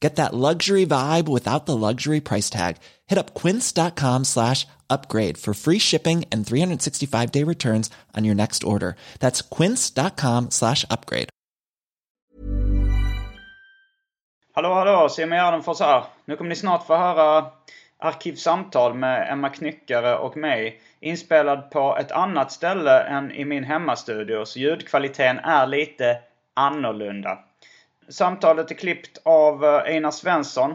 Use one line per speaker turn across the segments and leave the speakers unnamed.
Get that luxury vibe without the luxury price tag. Hit up quince.com slash upgrade for free shipping and 365 day returns on your next order. That's quince.com slash upgrade.
Hallå, hallå! Simon Gärdenfors här. Nu kommer ni snart få höra Arkivsamtal med Emma Knyckare och mig inspelad på ett annat ställe än i min hemmastudio, så ljudkvaliteten är lite annorlunda. Samtalet är klippt av eh, Einar Svensson.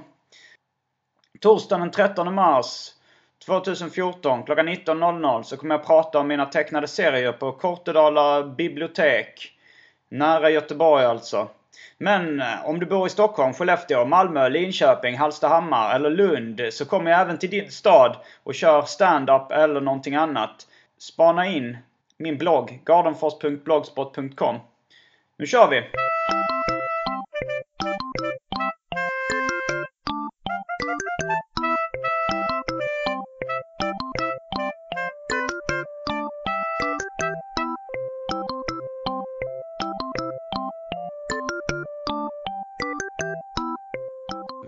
Torsdagen den 13 mars 2014 klockan 19.00 så kommer jag prata om mina tecknade serier på Kortedala bibliotek. Nära Göteborg alltså. Men eh, om du bor i Stockholm, Skellefteå, Malmö, Linköping, Hallstahammar eller Lund så kommer jag även till din stad och kör stand-up eller någonting annat. Spana in min blogg, gardenfors.blogspot.com. Nu kör vi!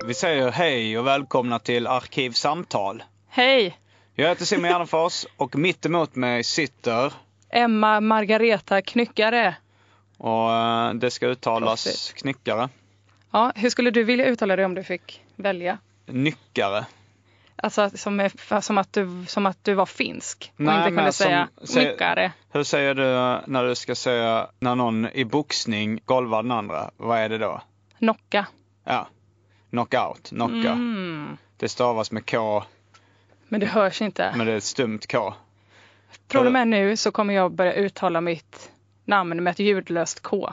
Vi säger hej och välkomna till Arkivsamtal.
Hej!
Jag heter Simon Gärdenfors och mitt emot mig sitter,
Emma Margareta Knyckare.
och eh, det ska uttalas
Proffsigt.
knyckare,
Ja, hur skulle du vilja uttala det om du fick välja?
nyckare.
Alltså som, är- som, att, du, som att du var finsk och
Nej,
inte
men
kunde
som-
säga
säg-
knyckare.
Hur säger du när du ska säga när någon i boxning golvar den andra? Vad är det då?
Nocka.
Ja, knockout, knocka.
Mm.
Det stavas med K,
Men det hörs inte.
men det är ett stumt K.
Problem är nu så kommer jag börja uttala mitt namn med ett ljudlöst K.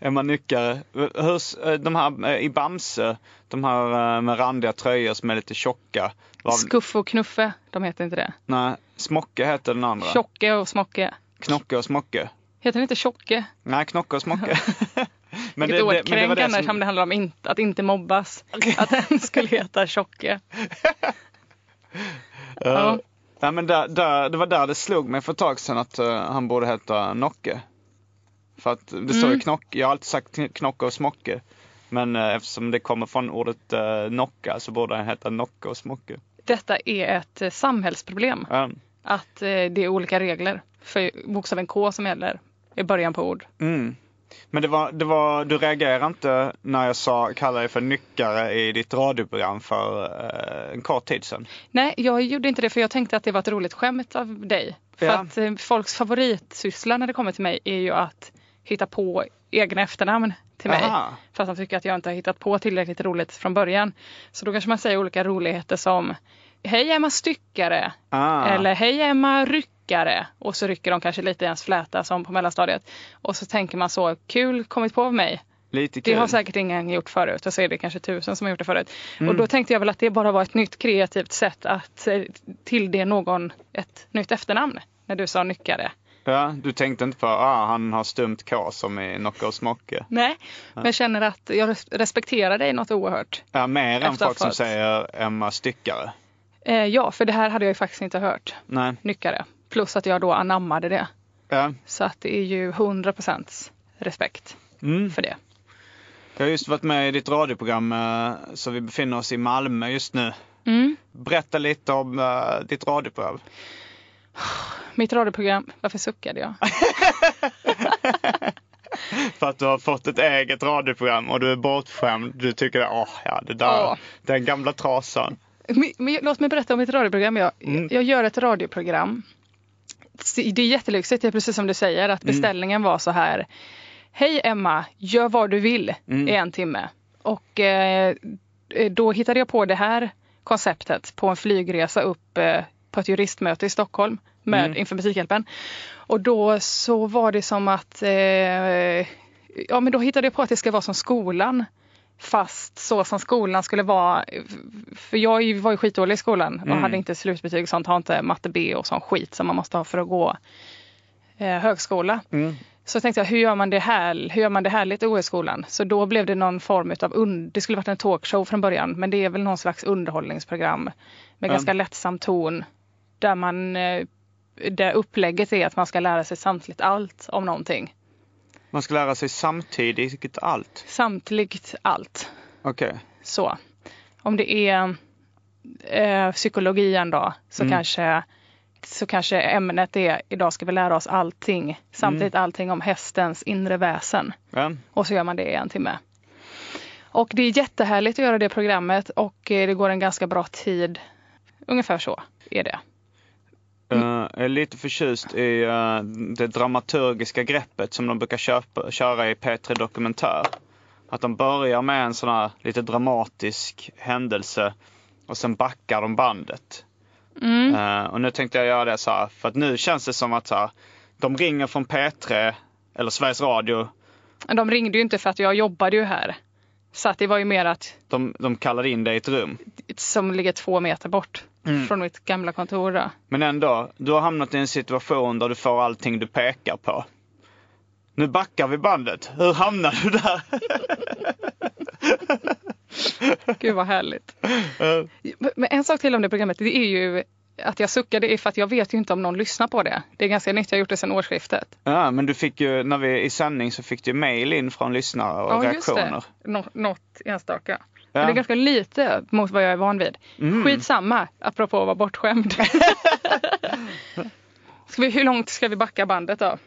Är man nyckare? Hur, s- eh, de här eh, i Bamse, de här eh, med randiga tröjor som är lite tjocka. Vad-
Skuffe och Knuffe, de heter inte det.
Nej, Smocke heter den andra.
Tjocke och Smocke.
Knocke och Smocke.
Heter det inte Tjocke?
Nej, knocke och smocke. men
Vilket
men
ordet kränkande
som-
som det handlar om in, att inte mobbas. Att den skulle heta Tjocke. ja.
Nej, men där, där, det var där det slog mig för ett tag sedan att eh, han borde heta Nocke. För att det står
Mm.
ju knock, jag har alltid sagt kn- knocke och smocke. Men eh, eftersom det kommer från ordet uh, knocka så borde han heta Nocke och smocke. Um,
Detta är ett eh, samhällsproblem.
Ja.
Att eh, det är olika regler för bokstaven K som gäller i början på ord.
mm. Men det var, det var, du reagerade inte när jag sa, kallade dig för nyckare i ditt radioprogram för eh, en kort tid sedan.
Nej, jag gjorde inte det för jag tänkte att det var ett roligt skämt av dig. För
Ja.
att eh, folks favoritsyssla när det kommer till mig är ju att hitta på egna efternamn till mig.
Aha.
För att de tycker att jag inte har hittat på tillräckligt roligt från början. Så då kanske man säger olika roligheter som Hej Emma Styckare!
Ah.
Eller Hej Emma Ryckare! Och så rycker de kanske lite i ens fläta som på mellanstadiet. Och så tänker man så, kul kommit på av mig.
Lite
Det
kul.
har säkert ingen gjort förut och så är det kanske tusen som har gjort det förut. Och då tänkte jag väl att det bara var ett nytt kreativt sätt att eh, tillde någon ett nytt efternamn. När du sa nyckare.
Ja, du tänkte inte på ah, han har stumt K som i Knocke och Smocke.
Nej, men jag känner att jag res- respekterar dig något oerhört.
Ja, mer än folk som
Efterfört.
säger Emma Styckare.
Eh, ja, för det här hade jag ju faktiskt inte hört.
Nej.
Nyckare. Plus att jag då anammade det.
Ja.
Så att det är ju 100% respekt för det.
Jag har just varit med i ditt radioprogram eh, så vi befinner oss i Malmö just nu. Berätta lite om eh, ditt radioprogram.
Mitt radioprogram, varför suckade jag?
För att du har fått ett eget radioprogram och du är bortskämd. Du tycker att åh, ja, det där,
Ja.
den gamla trasan.
Men, men, låt mig berätta om mitt radioprogram. Jag, jag gör ett radioprogram det är jättelyxigt, det är precis som du säger att beställningen var så här. Hej Emma, gör vad du vill i en timme. Och eh, då hittade jag på det här konceptet på en flygresa upp eh, på ett juristmöte i Stockholm med inför Musikhjälpen. Och då så var det som att, eh, ja men då hittade jag på att det ska vara som skolan. Fast så som skolan skulle vara, för jag är ju- var ju skitdålig i skolan och hade inte slutbetyg och sånt, har inte matte B och sån skit som man måste ha för att gå eh, högskola. Så tänkte jag, hur gör man det här, hur gör man det härligt att gå i skolan? Så då blev det någon form utav, un- det skulle varit en talkshow från början, men det är väl någon slags underhållningsprogram med ganska lättsam ton där man, eh, där upplägget är att man ska lära sig samtidigt allt om någonting.
Man ska lära sig samtidigt allt.
Samtidigt allt.
Okej.
Så. Om det är eh, psykologin då så, kanske, så kanske ämnet är idag ska vi lära oss allting. Samtidigt allting om hästens inre väsen.
Ja.
Och så gör man det i en timme. Och det är jättehärligt att göra det programmet och eh, det går en ganska bra tid. Ungefär så är det.
Eh, jag är lite förtjust i eh, det dramaturgiska greppet som de brukar köpa, köra i P3 Dokumentär. Att de börjar med en sån här lite dramatisk händelse och sen backar de bandet. Eh, och nu tänkte jag göra det så här, för att nu känns det som att så här, de ringer från P3 eller Sveriges Radio.
Men De ringde ju inte för att jag jobbade ju här. Så att det var ju mer att
De, de kallade in dig i ett rum.
som ligger två meter bort från mitt gamla kontor. Då.
Men ändå, du har hamnat i en situation där du får allting du pekar på. Nu backar vi bandet. Hur hamnar du där?
Gud vad härligt. Men en sak till om det programmet, det är ju att jag suckade är för att jag vet ju inte om någon lyssnar på det. Det är ganska nytt, jag har gjort det sedan årsskiftet.
Ja, men du fick ju, när vi i sändning så fick du mail in från lyssnare och reaktioner.
det. Nå- något enstaka.
Ja.
Men det är ganska lite mot vad jag är van vid. Skitsamma, apropå att vara bortskämd. ska vi, hur långt ska vi backa bandet då?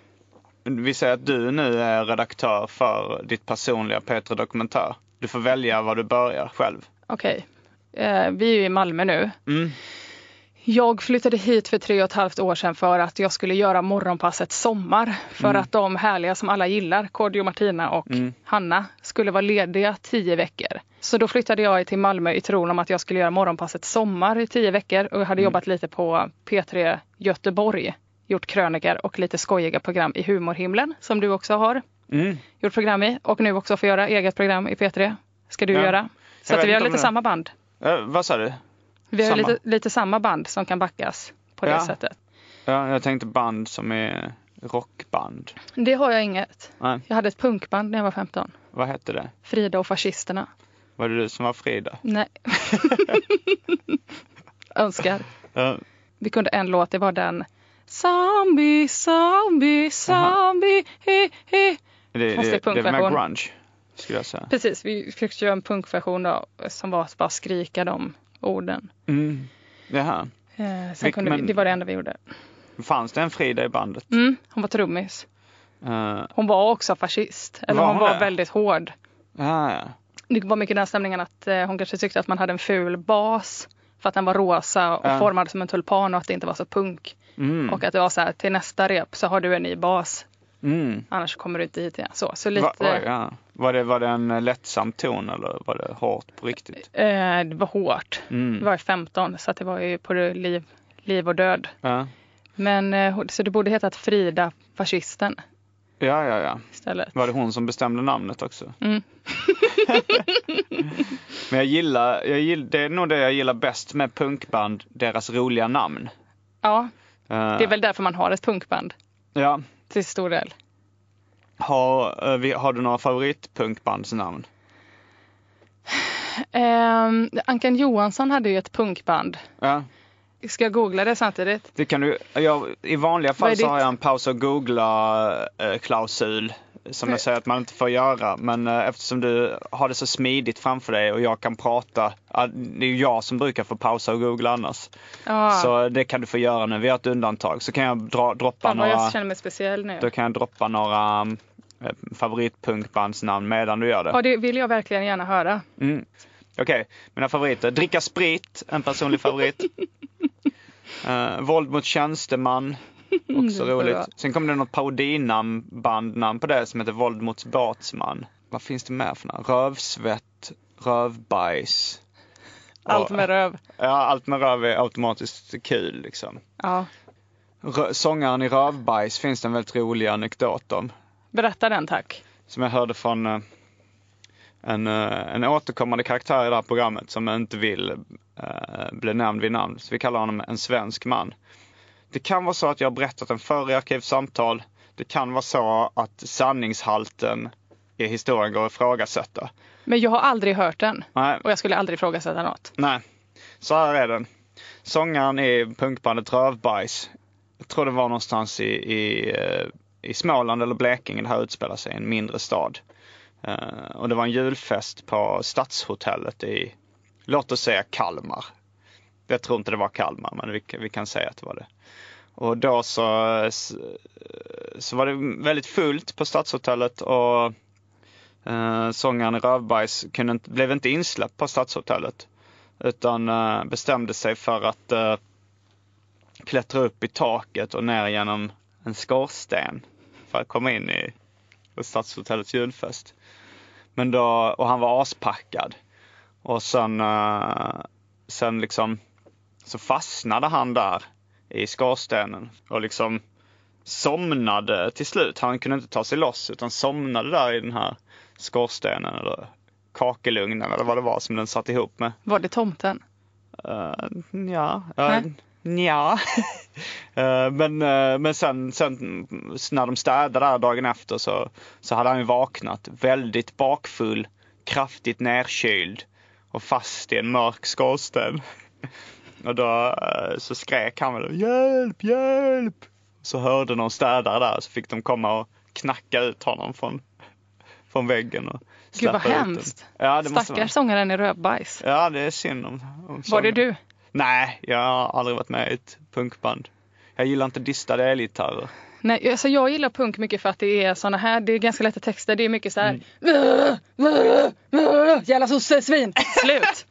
Vi säger att du nu är redaktör för ditt personliga Petra Dokumentär. Du får välja var du börjar själv.
Okej, eh, vi är ju i Malmö nu. Jag flyttade hit för tre och ett halvt år sedan för att jag skulle göra morgonpasset sommar. För att de härliga som alla gillar, Kodjo, Martina och Hanna, skulle vara lediga tio veckor. Så då flyttade jag till Malmö i tron om att jag skulle göra morgonpasset sommar i tio veckor. Och jag hade jobbat lite på P3 Göteborg, gjort krönikor och lite skojiga program i Humorhimlen, som du också har
Mm.
gjort program i. Och nu också får göra eget program i P3. Ska du
Ja.
göra. Så
Jag
att
vet
vi har
inte om
lite
det-
samma band.
Eh, vad sa du?
Vi har
Samma.
Lite, lite samma band som kan backas på det
Ja.
sättet.
Ja, jag tänkte band som är rockband.
Det har jag inget.
Nej,
Jag hade ett punkband när jag var 15.
vad hette det?
Frida och fascisterna.
Var det du som var Frida?
Nej. Önskar.
Ja.
Vi kunde en låt, det var den. Zombie, zombie, zombie, he, he.
Det,
Fast
det,
i
det är med
punkversion.
grunge, skulle jag säga.
Precis, vi fick göra en punkversion då, som var att bara skrika de orden.
Mm. Jaha.
Eh, sen
Vilk-
kunde vi,
men-
det var det enda vi gjorde.
Fanns det en Frida i bandet?
Mm, hon var trummis.
Eh,
Hon var också fascist. Eller
Var
hon
hon
var
det?
väldigt hård.
ja, ja.
Det var mycket den stämningen att eh, hon kanske tyckte att man hade en ful bas för att den var rosa och
Ja.
formad som en tulpan och att det inte var så punk.
Mm.
Och att det var så här, till nästa rep så har du en ny bas,
Mm.
annars kommer du inte hit igen. Så, så
Va,
lite,
oj, ja. var, det, var det en eh, lättsam ton eller var det hårt på riktigt?
eh, det var hårt.
Mm.
Det var ju 15 så att det var ju på det liv, liv och död.
Ja,
Men eh, så det borde hetat Frida fascisten
ja, ja. ja.
istället.
Var det hon som bestämde namnet också?
Mm.
Men jag gillar, jag gill, det är nog det jag gillar bäst med punkband, deras roliga namn.
Ja,
Eh,
det är väl därför man har ett punkband
ja.
till stor del.
har, eh, vi, har du några favoritpunkbandsnamn?
Eh, Ankan Johansson hade ju ett punkband.
Ja.
Ska jag googla det samtidigt?
Det kan du, jag, I vanliga
Vad
fall så
är ditt?
har jag en paus och googla-klausul som jag säger att man inte får göra. Men eh, eftersom du har det så smidigt framför dig och jag kan prata, ah, det är ju jag som brukar få pausa och googla annars.
Ja.
Så eh, det kan du få göra nu, vi har ett undantag. Så kan jag dra, droppa
Fan vad
några,
jag känner mig speciell nu.
då kan jag droppa några um, eh, favoritpunkbandsnamn medan du gör det.
Ja, det vill jag verkligen gärna höra.
Okej, mina favoriter. Dricka sprit, en personlig favorit. uh, våld mot Eh, tjänsteman. Också
Det är
roligt.
bra.
Sen kom det något parodinamn, bandnamn på det som heter Våld mot Batsman. Vad finns det mer för namn? Rövsvett, rövbajs.
Allt med röv.
Ja, allt med röv är automatiskt kul liksom.
Ja.
Rö- sångaren i Rövbajs finns det en väldigt rolig anekdot om.
Berätta den tack.
som jag hörde från eh, en, eh, en återkommande karaktär i det här programmet som inte vill eh, bli nämnd vid namn. Så vi kallar honom en svensk man. Det kan vara så att jag har berättat den förr i Arkivsamtal. Det kan vara så att sanningshalten i historien går att ifrågasätta.
Men jag har aldrig hört den.
Nej,
Och jag skulle aldrig ifrågasätta något.
nej. Så här är den. Sångaren i punkbandet Rövbajs. Jag tror det var någonstans i, i, eh, i Småland eller Blekinge det här utspelar sig, i en mindre stad. Eh, och det var en julfest på Stadshotellet i, låt oss säga Kalmar. Jag tror inte det var Kalmar, men vi, kan- vi kan säga att det var det. Och då så, s- så var det väldigt fullt på Stadshotellet och eh, sångaren i Rövbajs kunde, inte- blev inte insläppt på Stadshotellet. Utan eh, bestämde sig för att eh, klättra upp i taket och ner genom en skorsten för att komma in i Stadshotellets julfest. Men då, och han var aspackad. Och sen, eh, sen liksom så fastnade han där i skorstenen och liksom somnade till slut. Han kunde inte ta sig loss utan somnade där i den här skorstenen eller kakelugnen eller vad det var som den satt ihop med.
Var det tomten?
Uh, ja.
Nej.
Uh, ja. Eh, men eh, men sen, sen när de städade där dagen efter så, så hade han ju vaknat väldigt bakfull, kraftigt nerkyld och fast i en mörk skorsten. Och då eh, så skrek han väl hjälp, hjälp! Så hörde någon städare där så fick de komma och knacka ut honom från, från väggen. Och
Gud vad
släppa ut den.
hemskt.
Ja, det måste
Stackars sångaren i rövbajs.
vara. Ja, det är synd om, om
Var det
sången.
du?
Nej, jag har aldrig varit med i ett punkband. Jag gillar inte distade elgitarrer.
Nej, alltså jag gillar punk mycket för att det är såna här, det är ganska lätta texter. Det är mycket så
Mm.
här. Jävla sossesvin! Slut!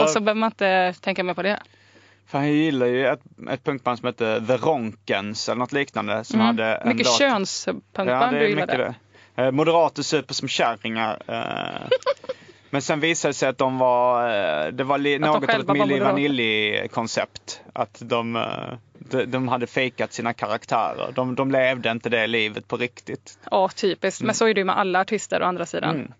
Och så behöver man inte tänka mer på det.
Fan, jag gillar ju ett, ett punkband som hette The Ronkens eller något liknande. Som hade en
Mm, Mycket
låt-
könspunkband
Ja, det
du
är
gillar
mycket
det.
det. Eh, Moderater super som kärringar. eh. Men sen visade det sig att de var, eh, det var li,
de
något av ett
själva var
Milli
moderater.
Vanilli koncept. Att de, eh, de, de hade fejkat sina karaktärer. De, de levde inte det livet på riktigt.
Ja, typiskt.
Mm.
Men så är det ju med alla artister å andra sidan.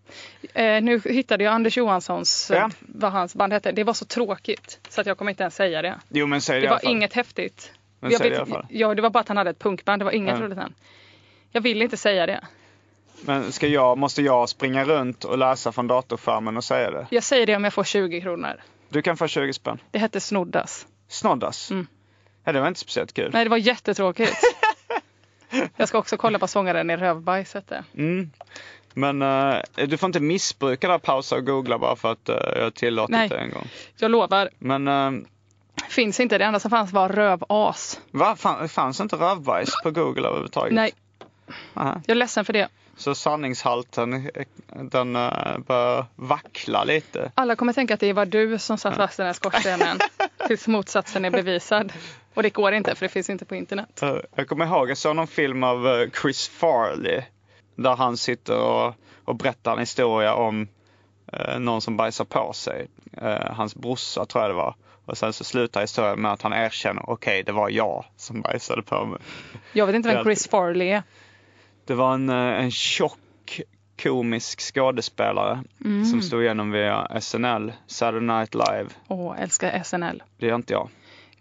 Eh, nu hittade jag Anders Johanssons, eh,
Ja.
vad hans band hette. Det var så tråkigt så att jag kommer inte ens säga det.
Jo men säg det,
Det
i alla
var
fall.
inget häftigt.
Men
Jag
säg det i
vet-
alla fall.
ja, det var bara att han hade ett punkband. Det var inget
Ja.
roligt än. Jag vill inte säga det.
Men ska jag, måste jag springa runt och läsa från datorskärmen och säga det?
Jag säger det om jag får 20 kronor.
Du kan få 20 spänn.
Det hette Snoddas.
Snoddas?
Mm.
Ja, det var inte speciellt kul.
Nej, det var jättetråkigt. jag ska också kolla på sångaren i Rövbajs hette.
Mm. Men eh, du får inte missbruka det här pausa och googla bara för att eh, jag har tillåtit
Nej.
det en gång.
Jag lovar,
Men uh,
finns inte. Det enda som fanns var Rövas.
va, fan, fanns inte rövbajs på Google överhuvudtaget?
Nej,
Aha.
jag är ledsen för det.
Så sanningshalten eh, den uh, bör vackla lite.
Alla kommer tänka att det var du som satt fast i den här skorstenen tills motsatsen är bevisad. Och det går inte för det finns inte på internet.
Eh, Jag kommer ihåg, jag såg någon film av eh, Chris Farley. Där han sitter och, och berättar en historia om eh, någon som bajsar på sig. Eh, hans brorsa tror jag det var. Och sen så slutar historien med att han erkänner, okej det var jag som bajsade på mig.
Jag vet inte
Det är
vem Chris Farley är.
Det var en, eh, en tjock komisk skådespelare
Mm.
som stod igenom via SNL, Saturday Night Live.
Åh, älskar SNL.
Det är inte jag.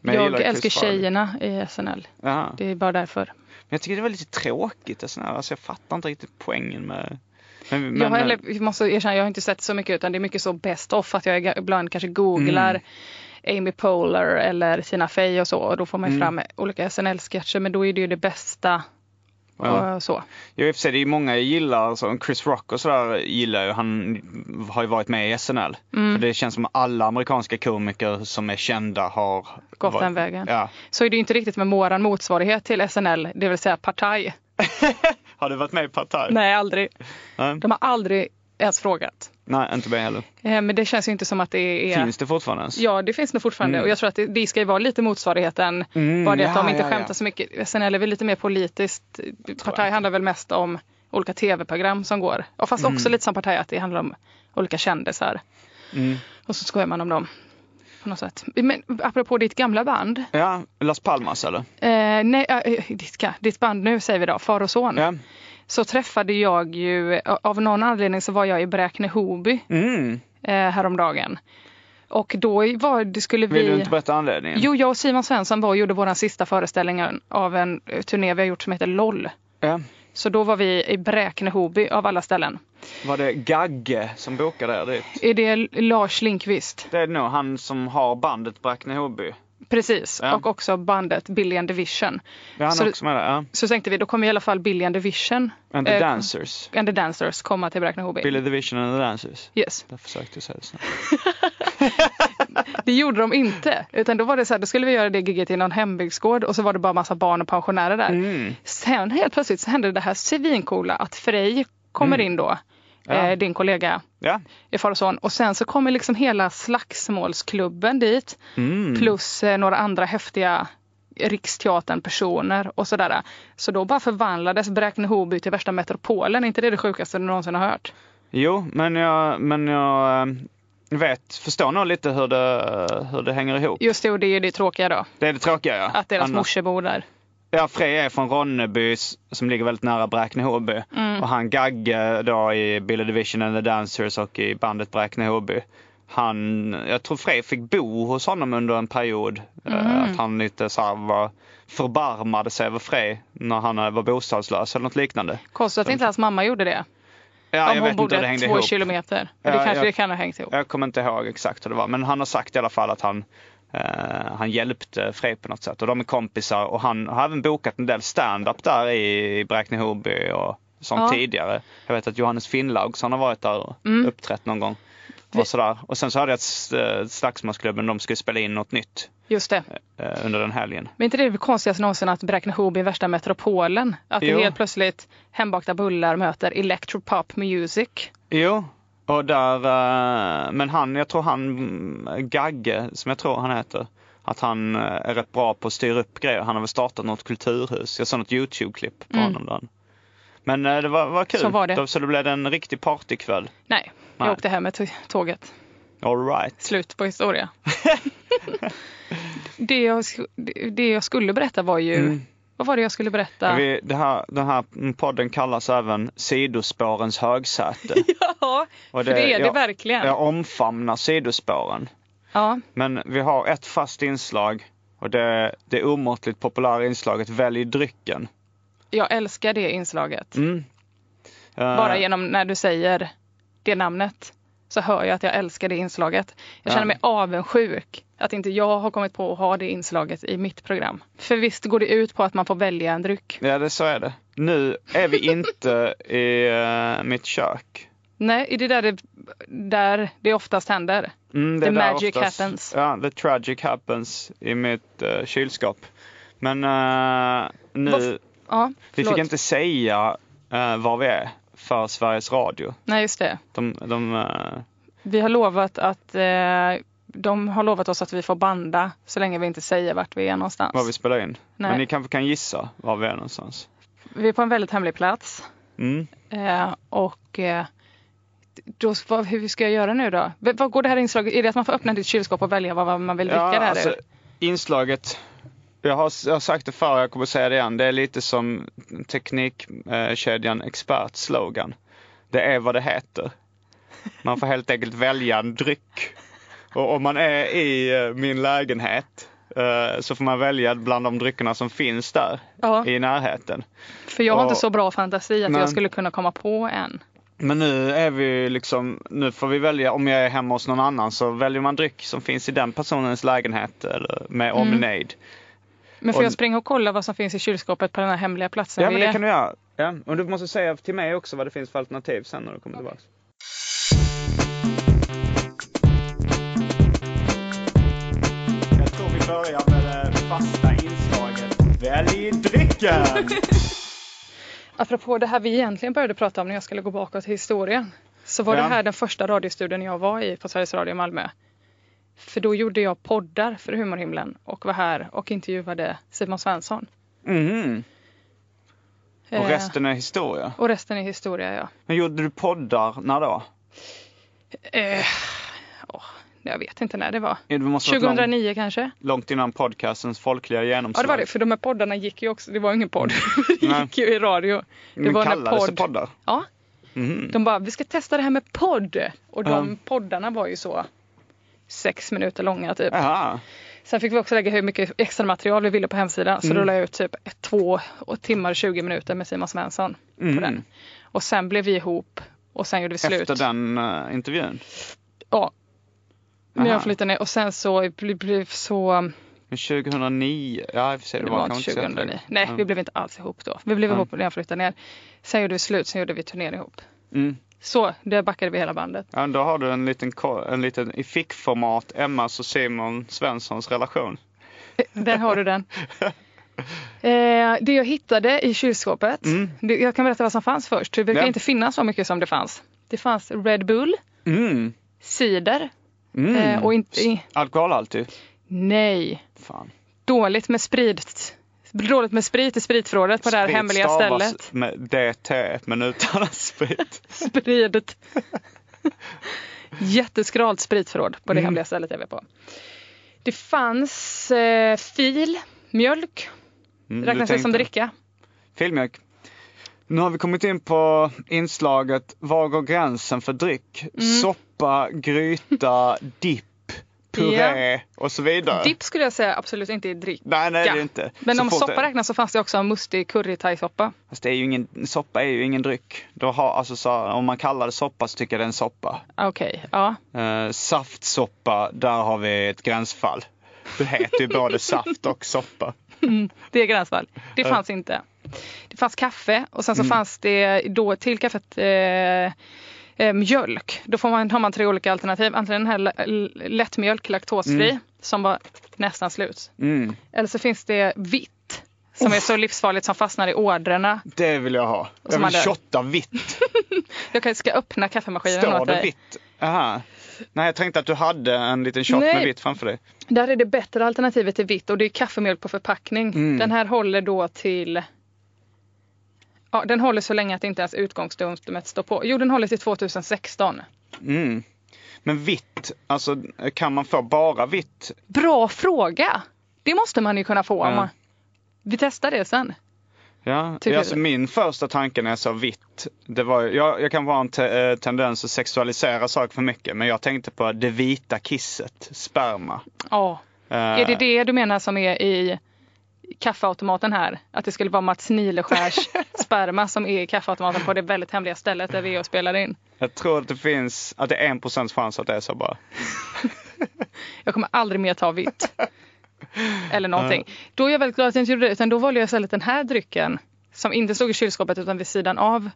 Men
jag
gillar Chris
älskar
Farley.
tjejerna i SNL.
Ja.
Det är bara därför.
Men jag tycker det var lite tråkigt. och sådär. Alltså, jag fattar inte riktigt poängen med... Men,
jag, har,
men- eh,
heller- jag måste erkänna, jag har inte sett så mycket utan det är mycket så best off att jag ga- ibland kanske googlar
Mm.
Amy Poehler eller Tina Fey och så och då får man ju fram olika SNL-sketcher men då är det ju det bästa
Ja.
och så.
Jag i och för sig, det är ju många jag gillar, som Chris Rock och sådär gillar ju, han har ju varit med i SNL.
Mm.
För det känns som alla amerikanska komiker som är kända har
Gått
varit-
den vägen.
Ja.
Så är det ju inte riktigt med våran motsvarighet till SNL, det vill säga Partaj.
Har du varit med i Partaj?
Nej, aldrig.
Nej.
De har aldrig ens frågat.
Nej, inte mig heller.
Eh, Men det känns ju inte som att det är...
Finns det fortfarande ens?
Ja, det finns nog fortfarande och jag tror att det, det ska ju vara lite motsvarigheten. bara det att de
Mm, ja,
inte
ja, ja.
skämtar så mycket. SNL är väl lite mer politiskt. Partaj handlar väl mest om olika tv-program som går. Och fast
Mm.
också lite som Partaj att det handlar om olika kändisar.
Mm.
Och så skojar man om dem. På något sätt. Men apropå ditt gamla band.
Ja, Las Palmas eller?
Eh, nej, eh, ditt, ka- ditt band nu säger vi då, Far och son.
Ja.
Så träffade jag ju, av någon anledning så var jag i Bräkne-Hoby
Mm.
eh, häromdagen. Och då var, det skulle vi...
Vill du inte berätta anledningen?
Jo, jag och Simon Svensson var och gjorde vår sista föreställning av en eh, turné vi har gjort som heter LOL.
Ja.
Så då var vi i Bräkne-Hoby av alla ställen.
Var det Gagge som bokade er dit?
Är det L- Lars Linkvist?
Det är nog han som har bandet Bräkne Hobby.
Precis,
Ja.
och också bandet Billy and Division.
Ja, han
Så-
är också med där. Ja.
Så tänkte vi, då kommer i alla fall Billy and Division
And the
Eh, mm.
Dancers.
and the Dancers komma till Bräkne-Hoby.
Billy the Vision and the Dancers.
Yes.
Jag försökte säga det snabbt.
Det gjorde de inte. Utan då var det så här, då skulle vi göra det giget i någon hembygdsgård och så var det bara massa barn och pensionärer där. Sen helt plötsligt så hände det här svincoola att Frej kommer in då, eh, din kollega
Ja.
i far och son. Och sen så kommer liksom hela slagsmålsklubben dit. Plus eh, några andra häftiga Riksteatern-personer och sådär. Så då bara förvandlades Bräkne-Hoby till värsta metropolen. Är inte det det sjukaste du någonsin har hört?
Jo, men jag, men jag eh, vet, förstår nog lite hur det, hur det hänger ihop.
Just det, och det är ju det tråkiga då.
Det är det tråkiga ja.
Att deras
Annars-
morsor bor där.
Ja, Frej är från Ronneby s- som ligger väldigt nära Bräkne-Hoby.
Mm.
Och han Gagge då i Billy Division and the Dancers och i bandet Bräkne-Hoby. Han, jag tror Frej fick bo hos honom under en period. eh,
Mm.
Att han lite så här var förbarmade sig över Frej när han eh, var bostadslös eller något liknande.
Konstigt att inte hans mamma gjorde det.
Ja,
Om
jag
hon
vet inte hur det
bodde
hängde
två
ihop.
kilometer.
Ja,
det kanske
jag-
det kan ha hängt ihop.
Jag kommer inte ihåg exakt hur det var men han har sagt i alla fall att han eh, han hjälpte Frej på något sätt och de är kompisar och han har även bokat en del stand-up där i Bräkne-Hoby och sånt
Ja. Mm.
tidigare. Jag vet att Johannes Finnlaugs han har varit där och uppträtt någon gång. Och, sådär. och sen så hörde jag att eh, Slagsmålsklubben de skulle spela in något nytt
Just det.
eh, under den helgen.
Men inte det det konstigaste någonsin att Bräkne-Hoby är värsta metropolen? Att det
Jo.
helt plötsligt hembakta bullar möter electropop music.
Jo, och där, eh, men han, jag tror han, mm, Gagge, som jag tror han heter, att han eh, är rätt bra på att styra upp grejer. Han har väl startat något kulturhus. Jag såg något YouTube-klipp på honom där. Men eh, det var, var kul.
Mm. Så var det.
Då- Så det blev en riktig partykväll.
Nej, jag
Nej.
åkte hem med t- tåget.
All right.
Slut på historia. det, jag, sk- det- det jag skulle berätta var ju... Vad var det jag skulle berätta?
Mm. Vi, det här, den här podden kallas även Sidospårens högsäte.
Ja, för
Och
det, är det
jag-
verkligen.
Jag omfamnar sidospåren.
ja.
Men vi har ett fast inslag och det, det omåttligt populära inslaget Välj drycken.
Jag älskar det inslaget.
Eh,
Bara genom när du säger det namnet så hör jag att jag älskar det inslaget. Jag känner
Ja.
mig avundsjuk att inte jag har kommit på att ha det inslaget i mitt program. För visst går det ut på att man får välja en dryck?
Ja, det, så är det. Nu är vi inte i eh, mitt kök.
Nej, är det där det, där det oftast händer?
Mm,
The
där
magic happens.
Ja, the tragic happens i mitt eh, kylskåp. Men eh, nu,
Varf- Ja,
vi
förlåt.
fick inte säga eh, var vi är för Sveriges Radio.
Nej, just det.
De, de, eh,
Vi har lovat att eh, de har lovat oss att vi får banda så länge vi inte säger vart vi är någonstans.
var vi spelar in.
Nej.
Men ni kanske kan gissa var vi är någonstans.
Vi är på en väldigt hemlig plats.
Mm.
Eh, och eh, då, ska- vad, hur ska jag göra nu då? V- Vad går det här inslaget? Är det att man får öppna ditt kylskåp och välja vad vad man vill dricka där ur?
alltså, inslaget. Jag har, jag har sagt det förr, jag kommer säga det igen. Det är lite som teknikkedjan Expert slogan. Det är vad det heter. Man får helt enkelt välja en dryck. Och om man är i eh, min lägenhet eh, så får man välja bland de dryckerna som finns där
Ja.
i närheten.
För jag har inte
och-
så bra fantasi att
Nej.
jag skulle kunna komma på en.
Men nu är vi liksom, nu får vi välja, om jag är hemma hos någon annan så väljer man dryck som finns i den personens lägenhet eller med
Mm.
omnejd.
Men får
Och-
jag springa och kolla vad som finns i kylskåpet på den här hemliga platsen
Ja
vi
men det
är?
kan du göra. Ja. Och du måste säga till mig också vad det finns för alternativ sen när du kommer tillbaka. Jag tror vi börjar med det fasta inslaget Välj drycken!
Apropå det här vi egentligen började prata om när jag skulle gå bakåt i historien. så var
Ja.
det här den första radiostudion jag var i på Sveriges Radio i Malmö. För då gjorde jag poddar för Humorhimlen och var här och intervjuade Simon Svensson.
Mhm. Och
Eh,
resten är historia.
och resten är historia, ja.
Men gjorde du poddar när då?
Eh, åh, jag vet inte när det var.
Det måste ha varit långt,
2009 kanske?
långt innan podcastens folkliga
Ja,
genomslag. Mm,
det var det. För de här poddarna gick ju också. Det var ju ingen podd. det
Nej.
gick ju i radio. Det
Men
var när
kallades det
podd.
poddar?
Ja,
Mhm.
de bara, vi ska testa det här med podd. Och de
Ja.
poddarna var ju så sex minuter långa typ.
Jaha.
Sen fick vi också lägga hur mycket extra material vi ville på hemsidan. Så
Mm.
då la jag ut typ ett, två och timmar och 20 minuter med Simon Svensson på den. Och sen blev vi ihop och sen gjorde vi slut.
Mm. Efter den eh, intervjun?
Ja. När
Aha.
jag flyttade ner och sen så blev blev så,
Men 2009? Ja, i och för sig,
det var inte
kanske
2009.
så-
Nej,
Mm.
vi blev inte alls ihop då. Vi blev
Nej.
ihop när jag flyttade ner. Sen gjorde vi slut, sen gjorde vi turnén ihop.
Mm.
Så, där backade vi hela bandet.
Ja, då har du en liten, ko- en liten i fickformat Emmas och Simon Svenssons relation.
Där har du den. Eh, det jag hittade i kylskåpet, det, jag kan berätta vad som fanns först. Det brukar
Mm. Ja.
inte finnas så mycket som det fanns. Det fanns Red Bull,
Mm.
cider
Mm.
eh, och inte... i-
Alkoholhaltig?
Nej,
Fan.
dåligt med sprit. Dåligt med sprit i spritförrådet på det här
Sprit
hemliga
stavas
stället.
med DT, men utan sprit.
Spridet. Jätteskralt spritförråd på det hemliga stället jag var på. Det fanns eh, fil, mjölk,
Mm,
räknas
du
det som
tänkte-
dricka.
Filmjölk. Nu har vi kommit in på inslaget Var går gränsen för dryck?
Mm.
Soppa, gryta, dipp, puré och så vidare.
Dipp skulle jag säga absolut inte är dryck.
Nej, nej det är
Ja.
inte.
Men
Så
om
fort
soppa
det-
räknas så fanns det också en mustig currythaisoppa.
Fast det är ju ingen, soppa är ju ingen dryck. Då har, alltså, så, om man kallar det soppa så tycker jag det är en soppa.
Okej, ja.
Eh, saftsoppa, där har vi ett gränsfall. Det heter ju både saft och soppa.
Det är gränsfall. Det fanns inte. Det fanns kaffe och
Mm.
sen så fanns det då till kaffet eh, eh, mjölk. Då får man, har man tre olika alternativ. Antingen den här l- l- lättmjölk, laktosfri, som var nästan slut.
Mm,
Eller så finns det vitt, som är så livsfarligt som fastnar i ådrorna.
det vill jag ha. Jag
som man
vill
dör.
shotta vitt.
Jag kan- ska öppna kaffemaskinen
Står
åt
det
dig.
vitt? Aha. Nej, jag tänkte att du hade en liten shot med
Nej.
vitt framför dig.
Där är det bättre alternativet till vitt och det är kaffemjölk på förpackning. Den här håller då till Ja, den håller så länge att inte ens utgångsdatumet står på. Jo, den håller till 2016.
Mm. Men vitt, alltså kan man få bara vitt?
Bra fråga! Det måste man ju kunna få. om
Ja.
Man... Vi testar det sen.
Ja,
Tycker
alltså
du?
min första tanke när jag sa vitt, det var ju- jag, jag kan ha en te, eh, tendens att sexualisera saker för mycket, men jag tänkte på det vita kisset, sperma.
Ja.
Eh,
Är det det du menar som är i kaffeautomaten här? Att det skulle vara Mats Nileskärs sperma som är i kaffeautomaten på det väldigt hemliga stället där vi är och spelar in.
Jag tror att det finns, att det är en procents chans att det är så
Ehm,
bara.
Jag kommer aldrig mer ta vitt. Eller någonting. Då är jag väldigt glad att jag inte gjorde det. Utan då valde jag istället den här drycken. Som inte stod i kylskåpet utan vid sidan av.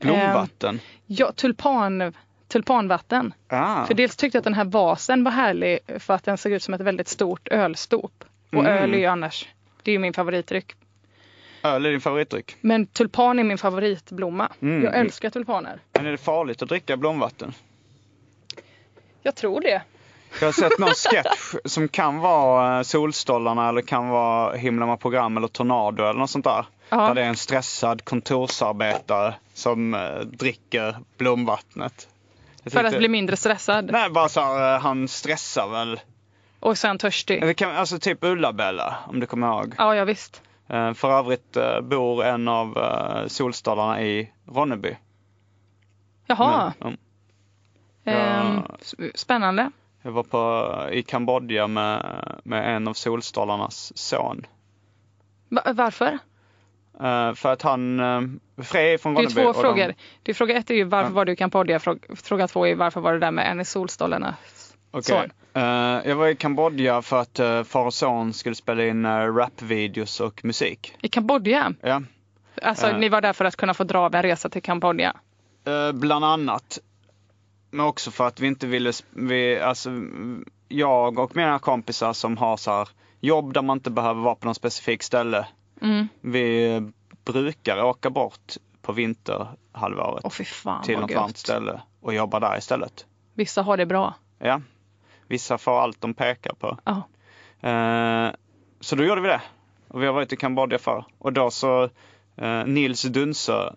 Blomvatten.
Ja, tulpan, tulpanvatten.
ah.
För dels tyckte jag att den här vasen var härlig för att den såg ut som ett väldigt stort ölstop. Och
Mm.
öl är ju annars, det är ju min favoritdryck.
Öl är din favoritdryck.
Men tulpan är min favoritblomma.
Mm.
Jag älskar tulpaner.
Men är det farligt att dricka blomvatten?
Jag tror det.
Jag har sett någon sketch som kan vara eh, Solstollarna eller kan vara Himla med program eller Tornado eller något sånt där.
Ja.
Där det är en stressad kontorsarbetare som eh, dricker blomvattnet. Jag
För att
tyckte-
bli mindre stressad.
Nej, bara så här, eh, han stressar väl.
Och sen törstig.
Det kan, alltså typ Ulla-Bella, om du kommer ihåg.
Ja, ja visst.
Eh, För övrigt eh, bor en av eh, Solstollarna i Ronneby.
Jaha.
Men, mm.
Ehm,
Ja.
s- spännande.
Jag var på, eh, i Kambodja med, med en av Solstollarnas son.
Va- varför?
Eh, för att han, eh, Frej är från
Det är
Ronneby.
två
och de-
frågor. Det är fråga ett är ju varför
Ja.
var du i Kambodja? Fråga, fråga två är varför var du där med en i solstolarna?
Okej.
Son.
Eh, jag var i Kambodja för att eh, far och son skulle spela in eh, rapvideos och musik.
I Kambodja?
Ja.
Alltså
Ja.
ni var där för att kunna få dra av en resa till Kambodja?
Eh, bland annat. Men också för att vi inte ville, sp- vi, alltså jag och mina kompisar som har så här jobb där man inte behöver vara på någon specifik ställe.
Mm.
Vi brukar åka bort på vinterhalvåret
Åh fy fan
till
vad
något varmt
gött.
ställe. och jobbar där istället.
Vissa har det bra.
Ja. Vissa får allt de pekar på.
Ja.
Eh, så då gjorde vi det. Och vi har varit i Kambodja för. Och då så eh, Nils Dunse,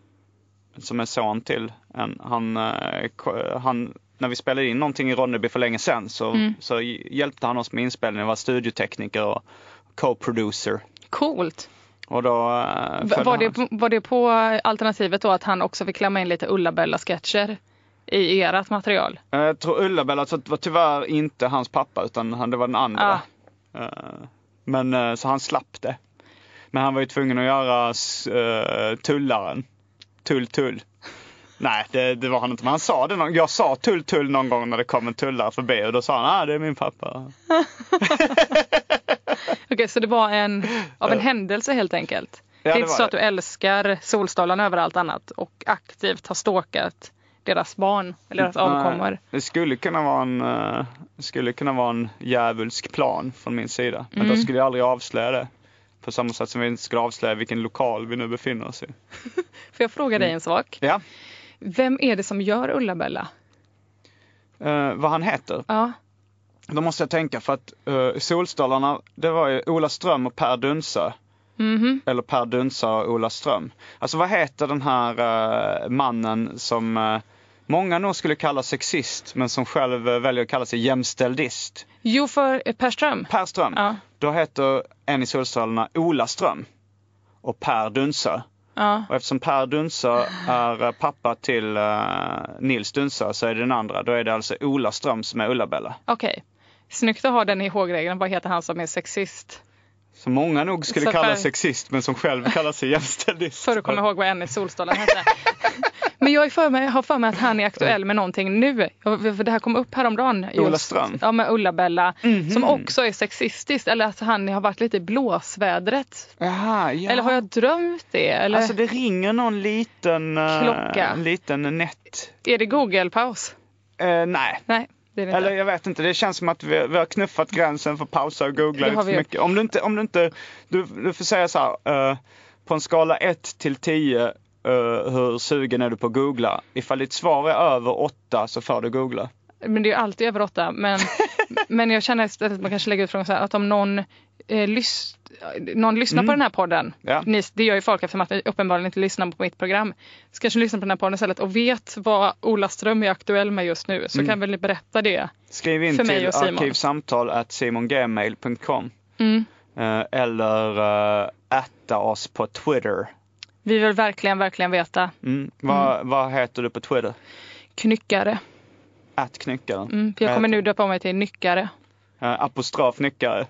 som är son till en, han, eh, ko- han, när vi spelade in någonting i Ronneby för länge sedan så,
Mm.
så hj- hjälpte han oss med inspelningen, var studiotekniker och co-producer.
Coolt.
Och då, eh,
V-
följde
Var
han-
det, var det på alternativet då att han också fick klämma in lite Ulla-Bella-sketcher i ert material?
Eh, Jag tror Ulla-Bella, så det var tyvärr inte hans pappa utan han, det var den andra. Eh, Men eh, så han slapp det. Men han var ju tvungen att göra s- eh, tullaren. Tull, tull. Nej, det, det var han inte. Men han sa det någon, Jag sa tull, tull någon gång när det kom en tullare förbi och då sa han, ah, det är min pappa.
Okej, så det var en, av en händelse helt enkelt? det
det
är inte
var
så
det.
att du älskar Solstolarna över allt annat och aktivt har stalkat deras barn eller deras avkommor?
Nej, Eh, Det skulle kunna vara en, eh, skulle kunna vara en djävulsk plan från min sida. Men då skulle jag aldrig avslöja det. På samma sätt som vi inte skulle avslöja vilken lokal vi nu befinner oss i.
Får jag fråga
Mm.
dig en sak?
Ja.
Vem är det som gör Ulla-Bella?
eh, vad han heter.
Ja,
Då måste jag tänka för att eh, Solstolarna, det var ju Ola Ström och Per Dunsö.
Mm-hmm.
Eller Per Dunsö och Ola Ström. Alltså vad heter den här eh, mannen som eh, många nog skulle kalla sexist men som själv eh, väljer att kalla sig jämställdist.
jo för eh, Per Ström.
Per Ström.
Ja.
Då heter en i Solstolarna Ola Ström och Per Dunsö.
Ja.
Och eftersom Per Dunsö är eh, pappa till eh, Nils Dunsö så är det den andra. Då är det alltså Ola Ström som är Ulla-Bella.
Okej. Snyggt att ha den ihågregeln. Vad heter han som är sexist?
Som många nog skulle
Så
kalla
Per-
sexist men som själv kallar sig jämställdist.
För att komma ihåg vad en i Solstolen hette. Men jag är för mig, har för mig att han är aktuell med någonting nu. Jag- för Det här kom upp häromdagen. just.
Ola Ström? Mhm.
Ja, med Ulla-Bella. Som också är sexistisk. Eller att han har varit lite i blåsvädret.
Jaha, ja.
Eller har jag drömt det? Eller
Alltså det ringer någon liten... eh,
Klocka.
en liten nätt...
är det Google-paus?
Eh, nej.
Nej, det är det
Eller
inte.
jag vet inte, det känns som att vi, vi har knuffat gränsen för pausa och googla
Det har
lite
vi
för
gjort.
mycket. Om du inte, om du inte, du, du får säga så här, eh, på en skala 1 till 10, eh, hur sugen är du på att googla? Ifall ditt svar är över 8 så får du googla.
Men det är ju alltid över åtta. Men, men jag känner istället att man kanske lägger ut frågan så här att om någon, eh, lys, någon lyssnar på den här podden.
Ja.
Ni, det gör ju folk eftersom att ni uppenbarligen inte lyssnar på mitt program. Så kanske ni lyssnar på den här podden istället och vet vad Ola Ström är aktuell med just nu. Så kan väl ni berätta det.
Skriv in
För mig
till
och Simon. Mm.
arkivsamtal at simongmail.com Eh, Eller uh, ätta oss på Twitter.
Vi vill verkligen, verkligen veta.
Mm. Vad, vad heter du på Twitter?
Knyckare.
Att knyckaren.
Mm, för jag kommer nu döpa om mig till nyckare.
Eh, apostrof nyckare.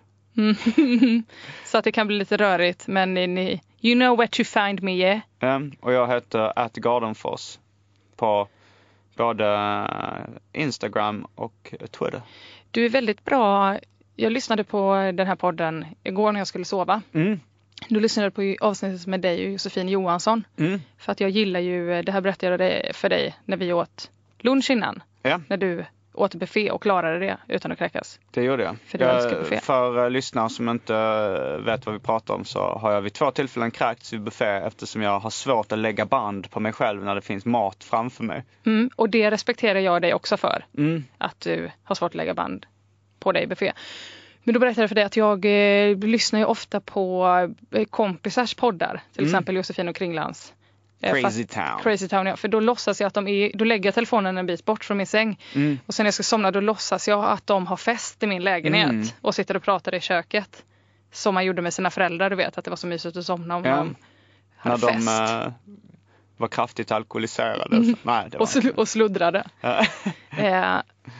Så att det kan bli lite rörigt. Men ni, ni you know where to find me. Yeah?
Eh, och jag heter att Gardenfors. På både Instagram och Twitter.
Du är väldigt bra. Jag lyssnade på den här podden igår när jag skulle sova.
Mm.
Du lyssnade på avsnittet med dig och Josefin Johansson.
Mm.
För att jag gillar ju, det här berättade jag dig- för dig när vi åt lunch innan.
Ja,
När du åt buffé och klarade det utan att kräkas.
det gjorde jag.
För du
jag
älskar buffé.
för eh, lyssnare som inte eh, vet vad vi pratar om så har jag vid två tillfällen kräkts vid buffé eftersom jag har svårt att lägga band på mig själv när det finns mat framför mig.
Mm, och det respekterar jag dig också för.
Mm.
Att du har svårt att lägga band på dig i buffé. Men då berättade jag för dig att jag eh, lyssnar ju ofta på eh, kompisars poddar. Till exempel Josefin och Kringlands. Eh, fast-
Mm. Crazy Town.
Crazy Town ja. För då låtsas jag att de är, då lägger jag telefonen en bit bort från min säng.
Mm.
Och sen när jag ska somna då låtsas jag att de har fest i min lägenhet.
Mm.
Och sitter och pratar i köket. Som man gjorde med sina föräldrar, du vet. Att det var så mysigt att somna om
Ja.
de hade
När de
fest. Mm.
eh, var kraftigt alkoholiserade. Så, nej, det var
och, sl- och sluddrade.
Ja.
eh,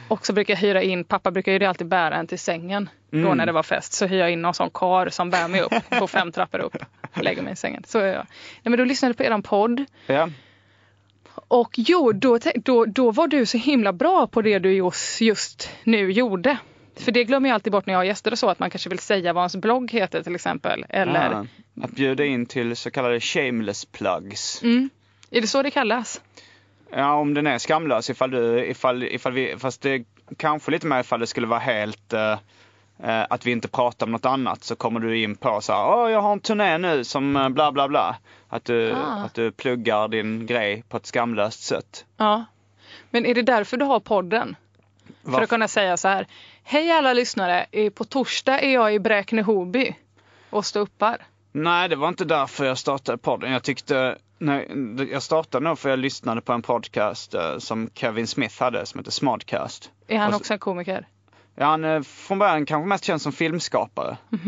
och så brukar jag hyra in, pappa brukar ju alltid bära en till sängen.
Mm.
Då när det var fest så hyr jag in någon sån kar som bär mig upp på fem trappor upp. Och lägger mig i sängen. Så är jag. Nej men då lyssnade jag på eran podd.
ja.
Och jo, då, tän- då, då var du så himla bra på det du just, just nu gjorde. För det glömmer jag alltid bort när jag har gäster och så, att man kanske vill säga vad ens blogg heter till exempel. Eller,
Ja. Eh, Att bjuda in till så kallade shameless plugs.
Mm. är det så det kallas?
Ja, om den är skamlös ifall du, ifall, ifall vi, fast det kanske lite mer ifall det skulle vara helt eh, eh, att vi inte pratar om något annat så kommer du in på så här, åh jag har en turné nu som eh, bla bla bla. Att du,
Ah.
att du pluggar din grej på ett skamlöst sätt.
Ja. Men är det därför du har podden? För
Varför?
att kunna säga så här. Hej alla lyssnare, eh, på torsdag är jag i Bräkne-Hoby och ståuppar.
Nej, det var inte därför jag startade podden. Jag tyckte, nej, jag startade nog för jag lyssnade på en podcast eh, som Kevin Smith hade som heter Smartcast.
Är han
Och så-
också en komiker?
Ja, han är från början kanske mest känd som filmskapare. Eh,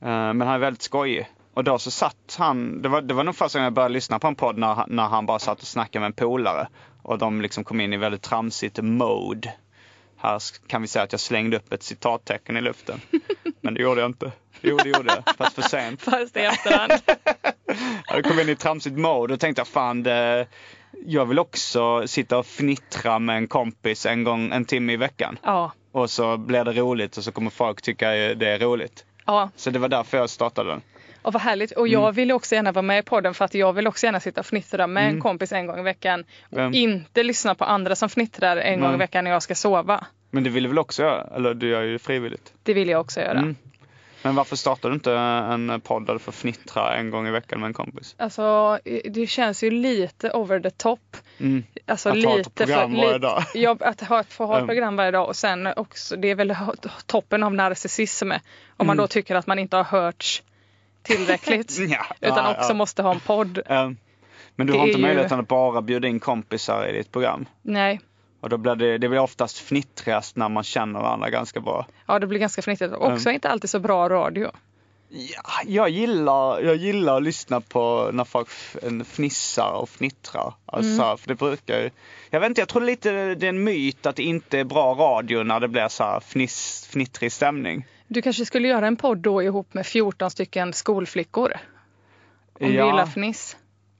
Men han är väldigt skojig. Och då så satt han, det var, det var nog första gången jag började lyssna på en podd när, han- när han bara satt och snackade med en polare. Och de liksom kom in i väldigt tramsigt mode. Här s- kan vi säga att jag slängde upp ett citattecken i luften. Men det gjorde jag inte. Jo, det gjorde jag. Fast för sent.
Fast i efterhand.
Jag kom in i tramsigt mode och tänkte jag, fan det, jag vill också sitta och fnittra med en kompis en gång, en timme i veckan.
ja,
Och så blir det roligt och så kommer folk tycka det är roligt.
ja,
Så det var därför jag startade den.
och vad härligt. Och jag
Mm.
vill ju också gärna vara med i podden för att jag vill också gärna sitta och fnittra med en kompis en gång i veckan. Och
Mm. Vem?
inte lyssna på andra som fnittrar en gång i
Nej.
veckan när jag ska sova.
Men det ville väl också göra? Eller du gör ju frivilligt.
Det vill jag också göra.
Mm. Men varför startade du inte en podd där du får fnittra en gång i veckan med en kompis?
Alltså, eh, det känns ju lite over the top.
Mm.
Alltså
Att
lite
ha ett program
för,
varje
lite-
dag.
Ja, att ha, ett- få ha ett
Mm.
program varje dag och sen också, det är väl ho- toppen av narcissism. Om
Mm.
man då tycker att man inte har hörts tillräckligt.
Ja.
utan
Ja,
också
ja.
måste ha en podd.
Ehm, Men du
Det
har
är
inte
ju-
möjligheten att bara bjuda in kompisar i ditt program.
Nej,
Och då blir det, det blir oftast fnittrigast när man känner varandra ganska bra.
ja det blir ganska fnittrigt. Också inte alltid så bra radio.
Ja, jag gillar, jag gillar att lyssna på när folk f- en fnissar och fnittrar. Alltså,
Mm.
för det brukar ju, jag vet inte, jag tror lite det är en myt att det inte är bra radio när det blir så här fniss, fnittrig stämning.
Du kanske skulle göra en podd då ihop med 14 stycken skolflickor. Om du gillar fniss.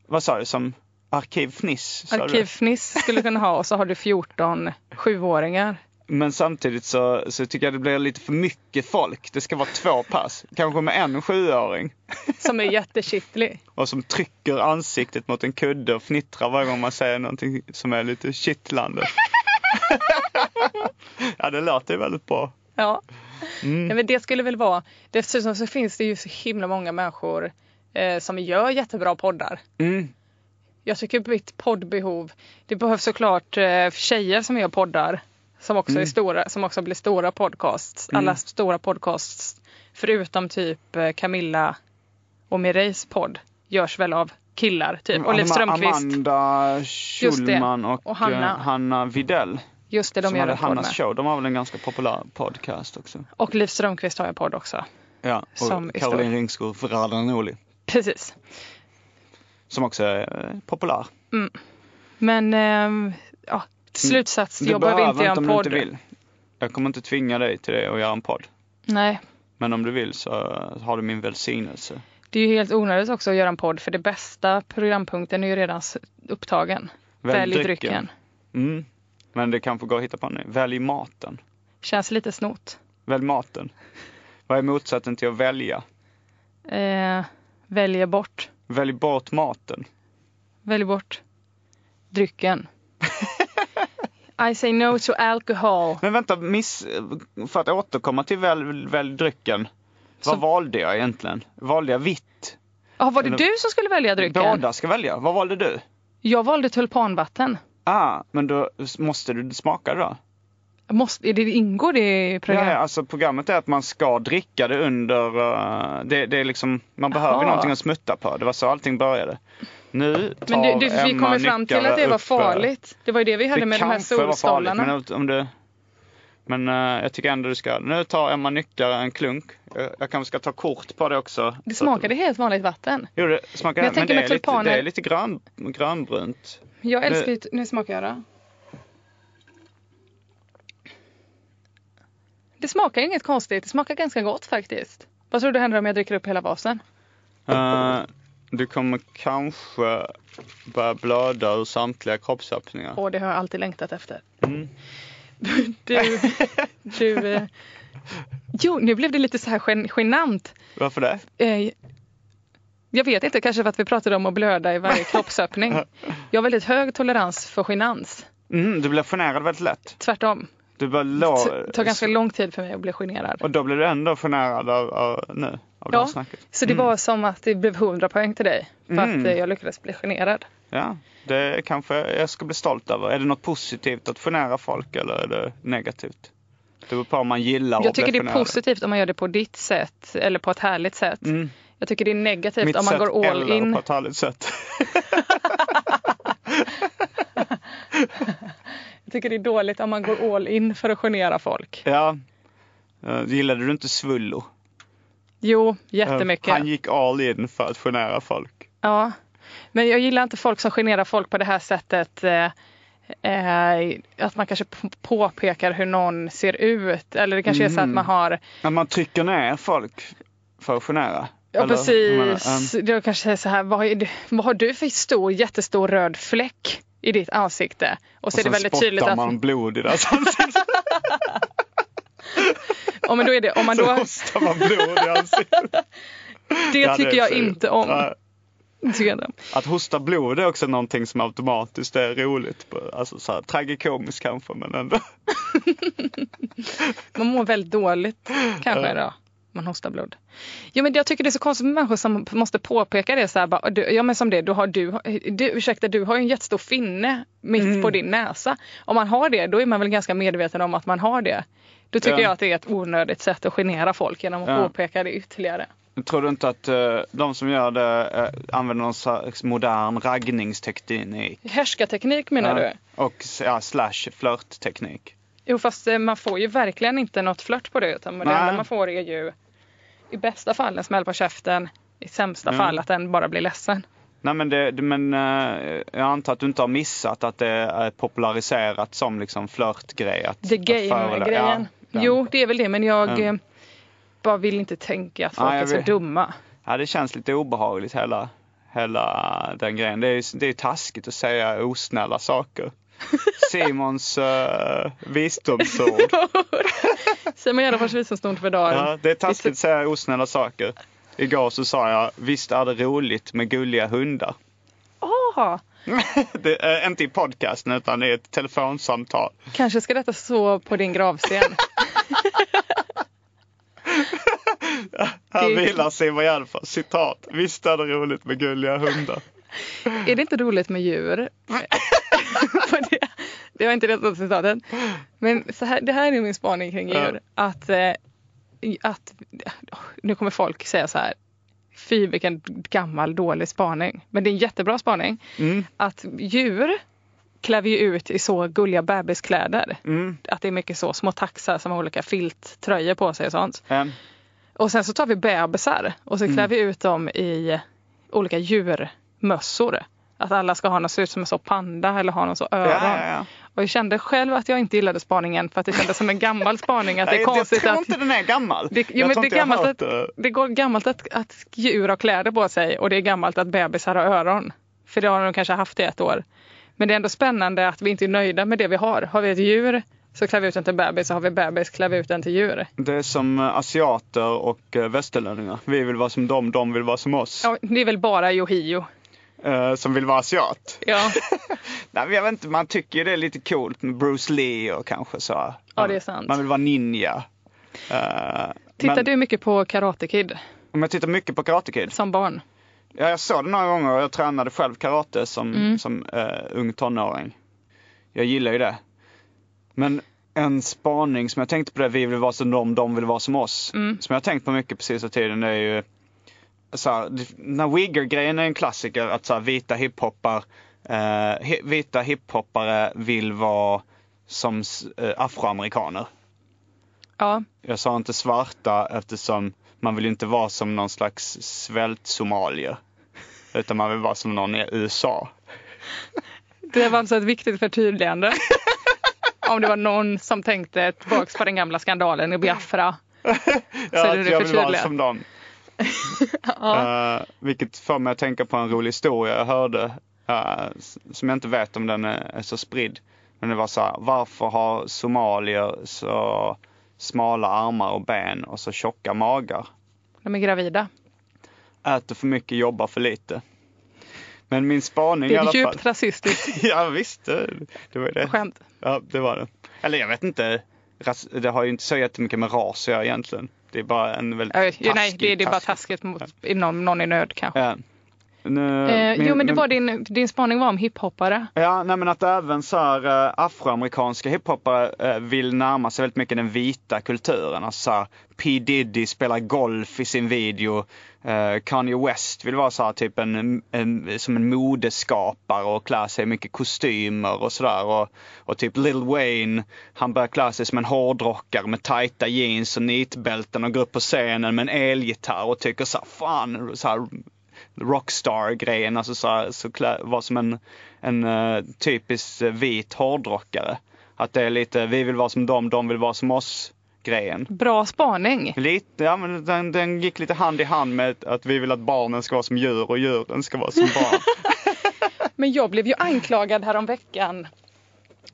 vad sa du, som arkivfniss? sa du?
Arkivfniss skulle du kunna ha och så har du 14 sjuåringar.
Men samtidigt så, så tycker jag det blir lite för mycket folk. Det ska vara två pass, kanske med en sjuåring.
Som är jättekittlig.
Och som trycker ansiktet mot en kudde och fnittrar varje gång man säger någonting som är lite kittlande. ja, det låter ju väldigt bra.
Ja.
Mm.
Nej, men det skulle väl vara... Dessutom så finns det ju så himla många människor eh, som gör jättebra poddar.
Mm.
Jag tycker mitt poddbehov... Det behövs såklart eh, tjejer som gör poddar som också,
Mm.
är stora, som också blir stora podcasts. Alla stora podcasts förutom typ eh, Camilla och Mireis podd görs väl av killar, typ. Oliv Strömqvist.
Mm, Amanda
Just det.
Schulman och,
Och Hanna.
eh, Hanna Videll.
Just det, de
som
gör
hade
en podd med.
Hannas show. De har väl en ganska populär podcast också.
Och Liv Strömqvist har en podd också.
Ja, och
Som är stor.
Caroline Ringskog för Radanoli.
Precis.
Som också är eh, populär.
Men ehm, ja, slutsats, jag behöver inte göra en
om
podd.
du Mm. inte vill. Jag kommer inte tvinga dig till det och göra en podd.
Nej,
Men om du vill så har du min välsignelse.
det är ju helt onödigt också att göra en podd för det bästa programpunkten är ju redan s- upptagen.
Välj
Välj
drycken.
drycken.
Mm. Men det kanske går att hitta på nu. Välj maten.
Känns lite snott.
Välj maten. Vad är motsatsen till att välja?
Eh, väljer bort.
Välj bort maten.
Välj bort drycken. I say no to alcohol.
Men vänta, miss, för att återkomma till välj, välj drycken. Vad
Så-
valde jag egentligen? Valde jag vitt?
Ja, var det
Eller-
du som skulle välja drycken?
Båda ska välja. Vad valde du?
Jag valde tulpanvatten.
Ah, men då måste du smaka det då?
Måste, är det, ingår det i
Ja,
programmet?
ja, alltså programmet är att man ska dricka det under, eh, det, det är liksom, man behöver
Aha.
någonting att smutta på. Det var så allting började. Nu tar
Men du, du, vi
Emma
kommer fram till att det var
upp, eh,
farligt. Det var ju det vi hade
Det
med de här
kanske var farligt,
solstolarna.
men om- om du, men eh, jag tycker ändå du ska, nu tar Emma nyckare en klunk. Jag, jag kanske ska ta kort på det också.
Det
Så att-
smakade helt vanligt vatten.
Jo, det smakar, men,
Men jag tänker
det,
med
är lite,
tulpaner-
det är lite grön, grönbrunt.
Jag älskar
Nu-
ju... Nu smakar jag då. Det smakar inget konstigt. Det smakar ganska gott faktiskt. Vad tror du händer om jag dricker upp hela vasen?
Eh, du kommer kanske börja blöda ur samtliga kroppsöppningar.
Åh, det har jag alltid längtat efter. Du, du... eh, Jo, nu blev det lite så här gen- genant.
Varför det?
Eh, jag vet inte, kanske för att vi pratade om att blöda i varje kroppsöppning. Jag har väldigt hög tolerans för genans.
Mm, du blir generad väldigt lätt.
Tvärtom.
Du börjar
Det tar
lå...
ganska lång tid för mig att bli generad.
Och då blir du ändå generad av, av, nu, av det här
Ja,
snacket. Mm.
så det var som att det blev 100 poäng till dig. För att eh, jag lyckades bli generad.
Ja, det kanske jag ska bli stolt över. Är det något positivt att genera folk eller är det negativt? Det beror på om man gillar
Jag
att
tycker det
bli
är
generad.
positivt om man gör det på ditt sätt eller på ett härligt sätt.
Mm.
Jag tycker det är negativt
Mitt
om man
sätt
går all
eller
in.
på ett härligt sätt.
Jag tycker det är dåligt om man går all in för att genera folk.
ja. Eh, Gillade du inte Svullo?
Jo,
Eh,
jättemycket.
Han gick all in för att genera folk.
Ja. Men jag gillar inte folk som generar folk på det här sättet. Eh, eh, att man kanske p- påpekar hur någon ser ut. Eller det kanske är så
Mm.
att man har
När man trycker ner folk för att genera.
Ja
Eller, jag Eh, menar,
precis. Då kanske säger så här, vad, är du, vad har du för stor, jättestor röd fläck i ditt ansikte? Och så är det
sen
väldigt
spottar
tydligt att
man blod i deras ansikte.
om, men då är det, om man
Så
då,
hostar man blod i ansiktet. Ja,
det
är
tycker jag
fult.
inte om.
Ja,
tycker jag inte om.
Att hosta blod är också någonting som automatiskt är roligt. på- Alltså så här, tragikomiskt kanske men ändå.
Man mår väldigt dåligt kanske då. Man hostar blod. Jo men jag tycker det är så konstigt med människor som måste påpeka det så här. Bara, du, ja men som det, du har, du, du, ursäkta du har ju en jättestor finne mitt
Mm.
på din näsa. Om man har det, då är man väl ganska medveten om att man har det. Då tycker
Ja.
jag att det är ett onödigt sätt att genera folk genom att
Ja.
påpeka det ytterligare.
Tror du inte att eh, de som gör det eh, använder någon slags modern raggningsteknik?
Härskarteknik menar du?
Och ja, slash flörtteknik.
Jo fast eh, man får ju verkligen inte något flört på det utan det
Nej.
enda man får är ju i bästa fall en smäll på käften. I sämsta
Ja.
fall att den bara blir ledsen.
Nej men, det, det- men eh, jag antar att du inte har missat att det är populariserat som liksom flörtgrej. Att,
The
att förelä-
game-grejen.
Ja, den.
jo, det är väl det, men jag
Mm.
eh, bara vill inte tänka att folk
Ja, jag
är så
vet.
dumma.
Ja, det känns lite obehagligt hela, hela den grejen. Det är ju det är ju taskigt att säga osnälla saker. Simons uh, visdomsord.
Simon Gärdenfors visdomsord för dagen.
Ja, det är taskigt att säga osnälla saker. Igår så sa jag, visst är det roligt med gulliga hundar.
Ah,
Det är inte i podcasten utan i ett telefonsamtal.
kanske ska detta så på din gravsten.
Här
Det-
vilar Simon Gärdenfors, citat. Visst är det roligt med gulliga hundar.
är det inte roligt med djur? För det, det var inte rätt åt citatet. Men så här, det här är min spaning kring
Ja.
djur. Att, eh, att, nu kommer folk säga så här. Fy vilken gammal dålig spaning. Men det är en jättebra spaning.
Mm.
att djur klär vi ju ut i så gulliga bebiskläder.
Mm.
Att det är mycket så små taxar som har olika filttröjor på sig och sånt.
En.
Och sen så tar vi bebisar och
Mm.
så klär vi ut dem i olika djurmössor. Att alla ska ha något, se ut som en så panda eller ha någon så öron.
Ja, ja, ja.
Och jag kände själv att jag inte gillade spaningen för att det kändes som en gammal spaning. Att det
Nej,
är
jag
konstigt
tror
att...
inte den är gammal.
Det, jo,
jag
men
tror
det, är
inte jag
gammalt
har
att,
hört det.
det går gammalt att, att djur har kläder på sig och det är gammalt att bebisar har öron. För det har de kanske haft i ett år. Men det är ändå spännande att vi inte är nöjda med det vi har. Har vi ett djur så klär vi ut den till bebis och har vi bebis klär vi ut den till djur.
Det är som eh, asiater och eh, västerlänningar. Vi vill vara som dem, de vill vara som oss.
Ja, det är väl bara Yohio.
Eh, som vill vara asiat.
Ja,
Nej, men jag vet inte, man tycker ju det är lite coolt med Bruce Lee och kanske så.
Ja, det är sant.
Man vill vara ninja. Eh,
tittar
men
du mycket på Karate Kid
Om jag tittar mycket på Karate Kid.
som barn?
Ja, jag såg det några gånger och jag tränade själv karate som, som eh, ung tonåring. Jag gillar ju det. Men en spaning som jag tänkte på det, vi vill vara som dem, de vill vara som oss. Som jag har tänkt på mycket på sista tiden det är ju så här, det- den här Wigger-grejen är en klassiker att så här, vita hiphoppar eh, hi, vita hiphoppare vill vara som s- eh, afroamerikaner.
Ja,
Jag sa inte svarta eftersom man vill ju inte vara som någon slags svältsomalier. Utan man vill vara som någon i USA.
det var alltså ett viktigt förtydligande. Om det var någon som tänkte tillbaka på den gamla skandalen i Biafra.
Ja,
du
att jag
det
vill vara
förtydligat?
som dem. Eh, vilket får mig att tänka på en rolig historia jag hörde. eh, s- som jag inte vet om den är, är så spridd. Men det var så här, varför har somalier så smala armar och ben och så tjocka magar?
De är gravida.
Äter för mycket, jobbar för lite. Men min spaning
Det
i
är
alla
ett
fall.
djupt rasistiskt
Ja visst, det, det var ju det.
skämt.
Ja, det var det. Eller jag vet inte. Ras- Det har ju inte så jättemycket med ras att göra egentligen. Det är bara en väldigt
Ja,
taskig,
nej, det, det är bara taskigt mot någon, någon i nöd kanske.
Ja. Nu,
Eh,
min-
jo, men det
min-
var din, din spaning var om hiphoppare.
Ja, nej men att även så här, eh, afroamerikanska hiphoppare eh, vill närma sig väldigt mycket den vita kulturen. Alltså så här, P Diddy spelar golf i sin video. Eh, Kanye West vill vara så här, typ en, en, som en modeskapare och klä sig i mycket kostymer och sådär. Och, och typ Lil Wayne, han börjar klä sig som en hårdrockare med tajta jeans och nitbälten och går upp på scenen med en elgitarr och tycker så här, fan, så här, rockstar-grejen, alltså så, här, så klä, var som en, en eh, typisk eh, vit hårdrockare. Att det är lite, vi vill vara som dem, de vill vara som oss grejen.
Bra spaning.
Lite, ja men den, den gick lite hand i hand med att vi vill att barnen ska vara som djur och djuren ska vara som barn.
Men jag blev ju anklagad häromveckan.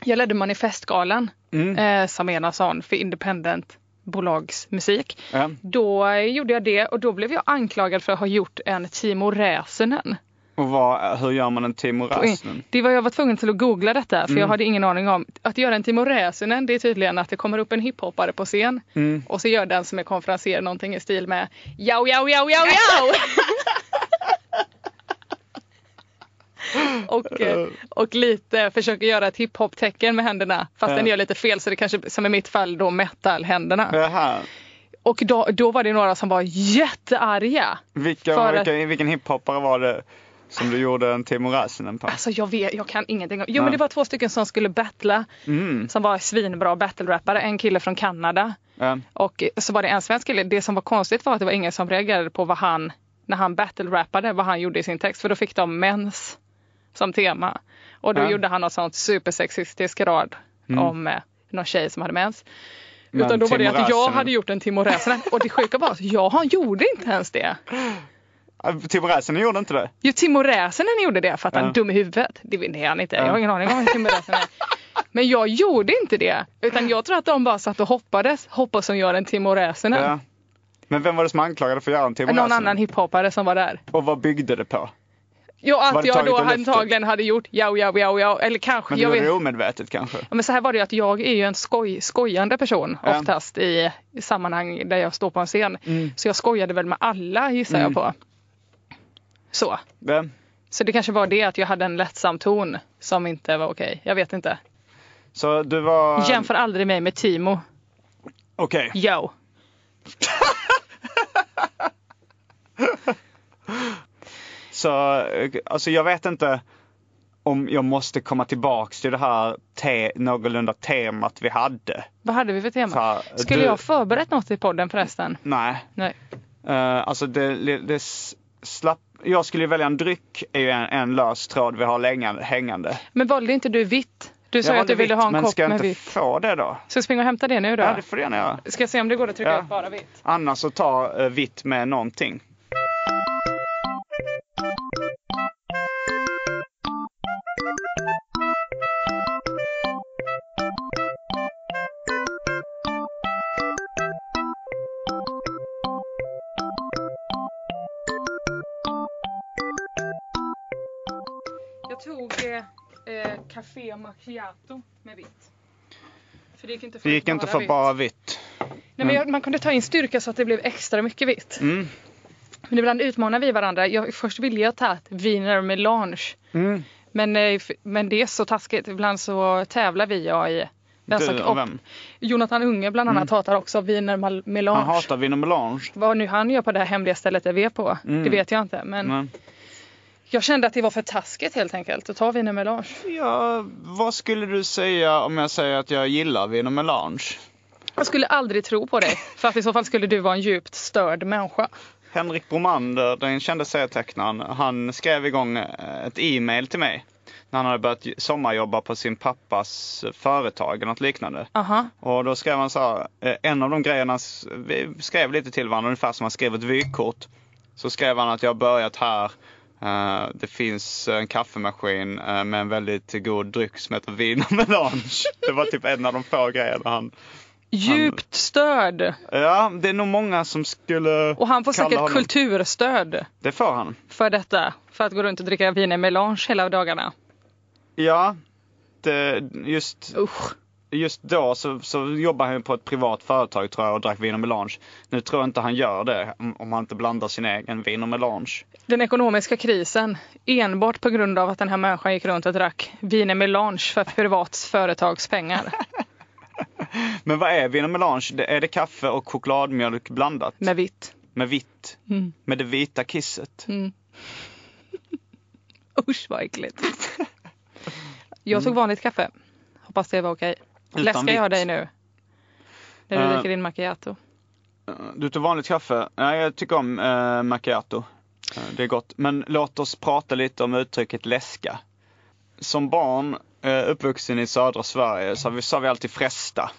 Jag ledde Manifestgalan
Mm.
eh, som är en sån för independent bolagsmusik.
Ja.
Då eh, gjorde jag det och då blev jag anklagad för att ha gjort en Timo Räsänen.
Och vad, hur gör man en Timo Räsänen?
Det var jag var tvungen till att googla detta för jag hade ingen aning om. Att göra en Timo Räsänen det är tydligen att det kommer upp en hiphoppare på scen och så gör den som är konferenser någonting i stil med Yow yow yow yow yow! och, eh, och lite försöker göra ett hiphop-tecken med händerna fast den
Ja.
gör lite fel så det kanske som i mitt fall då metal-händerna.
Det här.
Och då, då var det några som var jättearga.
Vilka,
För-
vilka, vilken hiphoppare var det som du gjorde en Timo Räsänen på?
Alltså jag, vet, jag kan ingenting om. Jo
Nej.
men det var två stycken som skulle battla.
Mm.
Som var svinbra battle-rappare. En kille från Kanada.
Ja.
Och eh, så var det en svensk kille. Det som var konstigt var att det var ingen som reagerade på vad han, när han battle-rappade, vad han gjorde i sin text. För då fick de mens som tema. Och då
Ja. Mm.
gjorde han något sånt supersexistisk rad om eh, någon tjej som hade mens.
Men
Utan då var det
Timo
att jag
Räsänen-
hade gjort en Timo Räsänen. Och det sjuka var att jag, han gjorde inte ens det.
Ah, Timo Räsänen gjorde inte det?
Jo, Timo Räsänen gjorde det för att han är dum i huvudet. Det är han inte. Jag har ingen aning om vad Timo Räsänen är. Men jag gjorde inte det. Utan jag tror att de bara satt och hoppades. Hoppas som gör en Timo Räsänen.
Ja. Alltså. Men vem var det som anklagade för att göra en Timo
Någon
Räsänen?
annan hiphoppare som var där.
Och vad byggde det på?
Jo,
Var
att
det
jag
taget
då
ur luften?
antagligen hade gjort jau, jau, jau, jau. Eller kanske,
Men du
jag
gjorde
vet.
det omedvetet kanske?
Ja, Men så här var det ju att jag är ju en skoj, skojande person
Ja. Mm.
oftast i, i sammanhang där jag står på en scen. Så jag skojade väl med alla gissar jag på. Så.
Det,
Så det kanske var det att jag hade en lättsam ton som inte var okej. Jag vet inte.
så du var...
Jämför aldrig mig med Timo.
Okej.
Yo.
Så eh, alltså jag vet inte om jag måste komma tillbaks till det här te, någorlunda temat vi hade.
Vad hade vi för tema?
Så här,
Skulle
du-
jag förberett något i podden förresten?
Nej.
Nej.
Eh, alltså det, det, det s- slapp... Jag skulle ju välja en dryck, är ju en, en lös tråd vi har länge, hängande.
Men valde inte du vitt? Du sa ju att
valde
du ville
vitt,
ha en
men
kopp
ska jag
med
inte
vitt.
få det då?
Så jag springer och hämtar det nu då?
Ja, det får du gärna göra.
Ska jag se om det går att trycka
Ja.
upp bara vitt?
Annars så ta eh, vitt med någonting.
Jag tog eh, eh, Café Macchiato med vitt. För det gick inte att få,
Det gick inte att få
vitt.
bara vitt.
Nej, men jag, man kunde ta in styrka så att det blev extra mycket vitt.
Mm.
Men ibland utmanar vi varandra. Jag, först ville jag ta ett viner melange.
Mm.
Men, eh, f- men det är så taskigt. Ibland så tävlar vi jag i vem
Du
som
och vem? Mm.
Jonathan Unge bland annat hatar också viner mal- melange.
Han hatar vin och melange.
Vad nu han gör på det här hemliga stället där vi är på, det
Mm.
vet jag inte. Men
Men,
jag kände att det var för taskigt helt enkelt att ta viner melange.
ja, vad skulle du säga om jag säger att jag gillar vin och melange?
Jag skulle aldrig tro på dig. För att i så fall skulle du vara en djupt störd människa.
Henrik Bromander, den kände serietecknaren, han skrev igång eh, ett e-mail till mig. När han hade börjat sommarjobba på sin pappas företag eller något liknande.
Aha.
Och då skrev han så här, eh, en av de grejerna, s- vi skrev lite till varandra, ungefär som man skrev ett vykort. Så skrev han att jag har börjat här, eh, det finns en kaffemaskin eh, med en väldigt god dryck som heter vin och melange. Det var typ en av de få grejerna han...
Djupt störd.
Ja, det är nog många som skulle
Och han får
kalla
säkert
honom-
kulturstöd
Det får han.
för detta. För att gå runt och dricka viner melange hela dagarna.
Ja, det, just
Usch.
just då så, så jobbade han på ett privat företag tror jag och drack vin och melange. Nu tror jag inte han gör det om- om han inte blandar sin egen vin och melange.
Den ekonomiska krisen enbart på grund av att den här människan gick runt och drack viner melange för ett privat företags pengar
Men vad är vin och melange? Det, är det kaffe och chokladmjölk blandat?
med vitt.
Med vitt?
Mm.
Med det vita kisset?
Usch vad äckligt. Jag tog vanligt kaffe. Hoppas det var okej.
Mm. Utan
Läskar
vitt.
jag dig nu? När du
Eh.
dricker din macchiato.
Du tog vanligt kaffe? Nej, jag tycker om eh, macchiato. Eh, det är gott. Men låt oss prata lite om uttrycket läska. Som barn, eh, uppvuxen i södra Sverige, så vi, sa vi alltid fresta.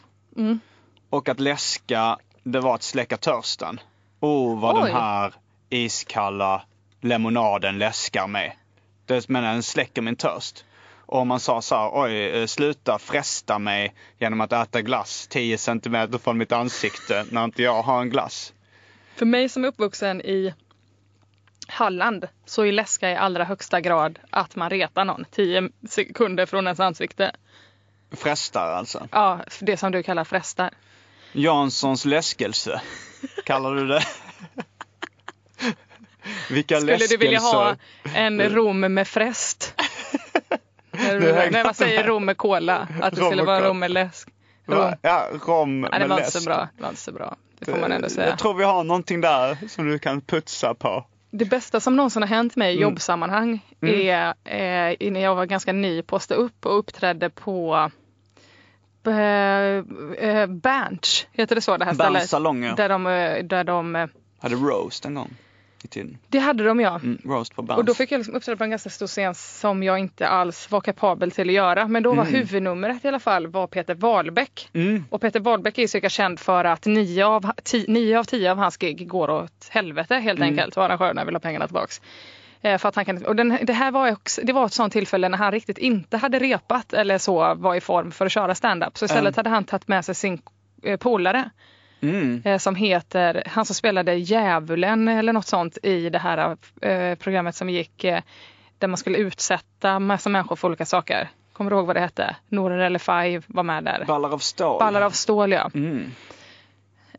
Och att läska, det var att släcka törsten. Oh, vad
Oj.
den här iskalla lemonaden läskar mig. Det menar, den släcker min törst. Och om man sa så här, oj, eh, sluta fresta mig genom att äta glass 10 centimeter från mitt ansikte när inte jag har en glass.
För mig som är uppvuxen i Halland så är läska i allra högsta grad att man retar någon 10 sekunder från ens ansikte.
Frestar alltså.
Ja, det som du kallar frestar.
Janssons läskelse, kallar du det? Vilka
Skulle du
läskelser.
vilja ha en rom med frest?
Du hänger
Nej, vad säger rom med cola? Att det
Rom
skulle
och
vara
cola.
rom med läsk? Rom.
Va? Ja, rom
Nej, det
med
var inte
läsk.
så bra. Det var inte så bra. Det får man ändå säga.
Jag tror vi har någonting där som du kan putsa på.
Det bästa som någonsin har hänt mig i jobbsammanhang är eh, när jag var ganska ny på att stå upp och uppträdde på eh, eh, Berns, heter det så det här stället?
Bernssalong, ja.
Där de, eh, där de, eh,
Hade roast en gång i tiden.
det hade de ja.
Mm, roast på Berns.
Och då fick jag liksom uppträda på en ganska stor scen som jag inte alls var kapabel till att göra. Men då var huvudnumret i alla fall var Peter Wahlbeck. Och Peter Wahlbeck är ju cirka känd för att nio av, ti, nio av tio av hans gig går åt helvete helt enkelt. Och arrangörerna vill ha pengarna tillbaks. Eh, För att han kan, och den, det här var, ju också, det var ett sånt tillfälle när han riktigt inte hade repat eller så var i form för att köra stand-up. Så istället hade han tagit med sig sin eh, polare
Mm.
eh, som heter, han som spelade Djävulen eller något sånt i det här eh, programmet som gick eh, där man skulle utsätta massa människor för olika saker. Kommer du ihåg vad det hette? Noran eller Five var med där.
Ballar av stål.
Ballar av stål ja.
Mm.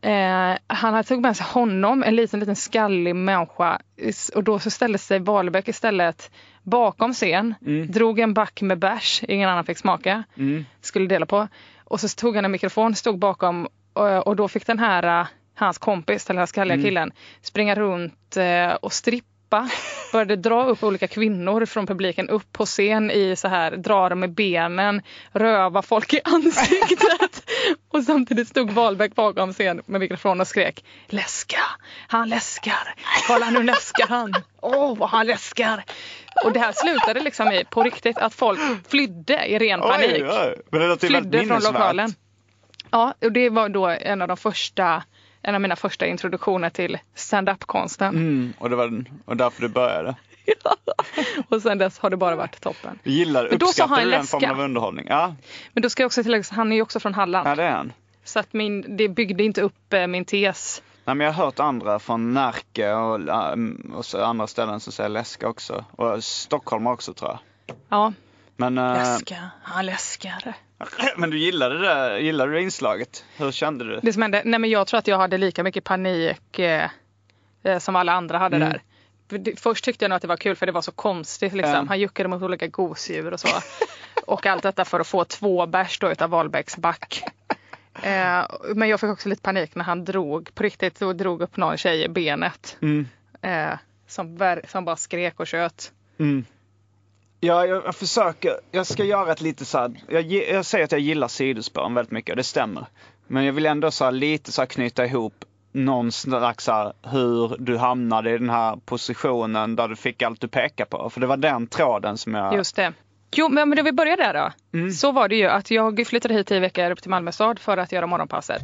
Eh, han hade tagit med sig honom, en liten, liten skallig människa. is- Och då så ställde sig Wahlbeck istället bakom scen, drog en back med bärs, ingen annan fick smaka, skulle dela på. Och så tog han en mikrofon, stod bakom eh, och då fick den här, eh, hans kompis, den här skalliga killen, springa runt eh, och strippa. Började dra upp olika kvinnor från publiken upp på scen i så här, dra dem med benen, röva folk i ansiktet. och samtidigt stod Wahlbeck bakom scen med mikrofon och skrek läska, han läskar, kolla nu läskar han, åh vad han läskar. Och det här slutade liksom i, på riktigt, att folk flydde i ren panik
Oj, oj. Men det låter ju väldigt
flydde från
minnesvärt.
lokalen. Ja, och det var då en av de första, en av mina första introduktioner till stand-up-konsten.
Mm, och det var den- och därför du började.
Och sen dess har det bara varit toppen.
Jag Gillar,
Men då sa
uppskattar
han
du den
läska.
formen av underhållning? Ja,
Men då ska jag också tillägga, att han är ju också från Halland.
ja det är han.
Så att min, det byggde inte upp eh, min tes.
Nej, men jag har hört andra från Närke och, ähm, och så andra ställen som säger läska också. Och Stockholm också tror jag.
Ja,
Men, eh,
läska, han läskar.
men du gillade det, gillade du inslaget? Hur kände du?
Det som hände, nej men jag tror att jag hade lika mycket panik eh, eh, som alla andra hade där. För det- Först tyckte jag nog att det var kul för det var så konstigt liksom.
Ja.
Han juckade mot olika gosedjur och så. och allt detta för att få två bärs då utav Wahlbecks back. Eh, men jag fick också lite panik när han drog, på riktigt, så drog upp någon tjej i benet. Eh, som, ver- som bara skrek och tjöt.
Ja, jag, jag försöker. Jag ska göra ett lite så här. Jag, gi- jag säger att jag gillar sidospåren väldigt mycket och det stämmer. Men jag vill ändå så här, lite så här, knyta ihop någon slags så här, hur du hamnade i den här positionen där du fick allt du pekar på. För det var den tråden som jag...
Just det. Jo, men men då vi börjar där då. Så var det ju att jag flyttade hit i veckor upp till Malmö stad för att göra morgonpasset.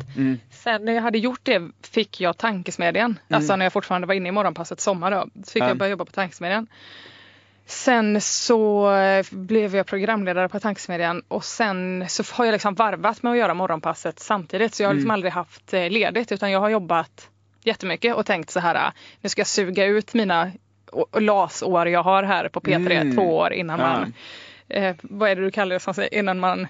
Sen när jag hade gjort det fick jag tankesmedjan. Alltså när jag fortfarande var inne i morgonpasset sommar då. Så fick jag
Mm.
börja jobba på tankesmedjan. Sen så eh, blev jag programledare på tankesmedjan och sen så har jag liksom varvat med att göra morgonpasset samtidigt. Så jag har
Mm.
liksom aldrig haft eh, ledigt utan jag har jobbat jättemycket och tänkt så här. eh, Nu ska jag suga ut mina o- LAS-år jag har här på P3
Mm.
två år innan
Ja.
man eh, vad är det du kallar det som säger, innan man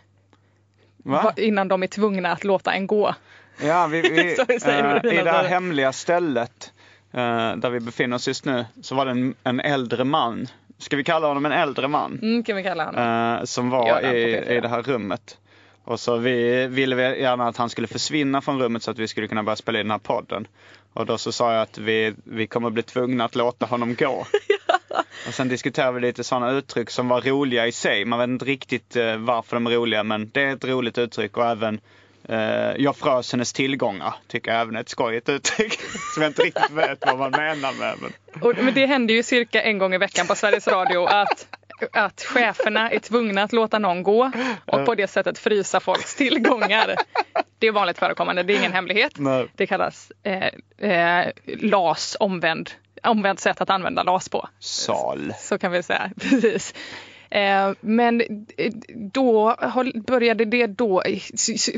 Va?
innan de är tvungna att låta en gå.
Ja, vi, vi,
Så vi säger
eh,
det
i
fina
det här
stället.
hemliga stället eh, där vi befinner oss just nu så var det en, en äldre man. Ska vi kalla honom en äldre man?
Mm, kan vi kalla honom.
Eh, som
Gör
var
den på
i,
P4.
i det här rummet. Och så vi ville vi gärna att han skulle försvinna från rummet så att vi skulle kunna börja spela in den här podden. Och då så sa jag att vi, vi kommer bli tvungna att låta honom gå. Och sen diskuterade vi lite sådana uttryck som var roliga i sig. Man vet inte riktigt eh, varför de är roliga men det är ett roligt uttryck och även eh, jag frös hennes tillgångar tycker jag även är ett skojigt uttryck. Som jag inte riktigt vet vad man menar med. Men...
Och, men det händer ju cirka en gång i veckan på Sveriges Radio att, att cheferna är tvungna att låta någon gå och på det sättet frysa folks tillgångar. Det är vanligt förekommande, det är ingen hemlighet.
Nej.
Det kallas eh, eh, LAS, omvänd, omvänt sätt att använda LAS på.
Sal.
Så kan vi säga, precis. Eh, Men eh, då har- började det då,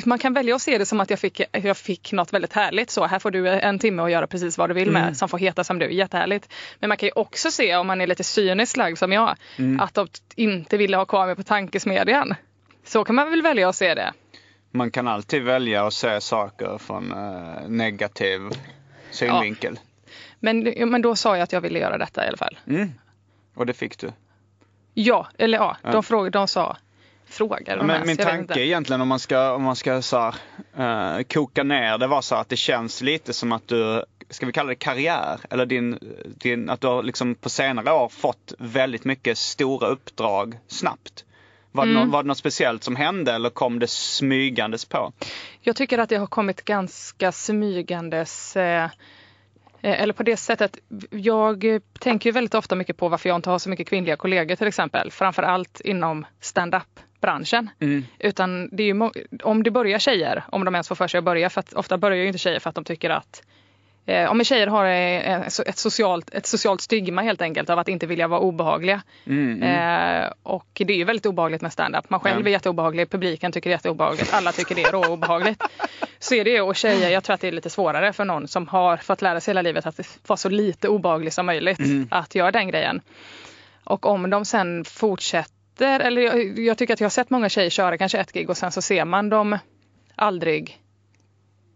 man kan välja att se det som att jag fick, jag fick något väldigt härligt så här får du en timme att göra precis vad du vill
Mm.
med som får heta som du, jättehärligt. Men man kan ju också se om man är lite cyniskt lagd som jag,
Mm.
att de inte ville ha kvar mig på tankesmedjan. Så kan man väl välja att se det.
Man kan alltid välja att se saker från eh, negativ synvinkel.
Men, men då sa jag att jag ville göra detta i alla fall.
Mm. Och det fick du.
Ja, eller ja, de, frågade, de sa, frågade de
Men
ens?
min
Jag vet
tanke
inte.
egentligen om man ska, om man ska så här, eh, koka ner det var så här att det känns lite som att du, ska vi kalla det karriär? Eller din, din, att du har liksom på senare år fått väldigt mycket stora uppdrag snabbt. Var, det
Mm.
nå- var det något speciellt som hände eller kom det smygandes på?
Jag tycker att det har kommit ganska smygandes eh, eh, eller på det sättet, jag eh, tänker ju väldigt ofta mycket på varför jag inte har så mycket kvinnliga kollegor till exempel, framför allt inom stand-up branschen. Utan det är ju, må- om det börjar tjejer, om de ens får för sig att börja, för att ofta börjar ju inte tjejer för att de tycker att eh, om tjejer har eh, eh, så- ett socialt, ett socialt stigma helt enkelt av att inte vilja vara obehagliga. Eh, och det är ju väldigt obehagligt med stand-up. Man själv
Mm.
är jätteobehaglig, publiken tycker det är jätteobehagligt, alla tycker det är råobehagligt. Så är det ju. Och tjejer, jag tror att det är lite svårare för någon som har fått lära sig hela livet att vara så lite obehaglig som möjligt att göra den grejen. Och om de sen fortsätter, eller jag, jag tycker att jag har sett många tjejer köra kanske ett gig och sen så ser man dem aldrig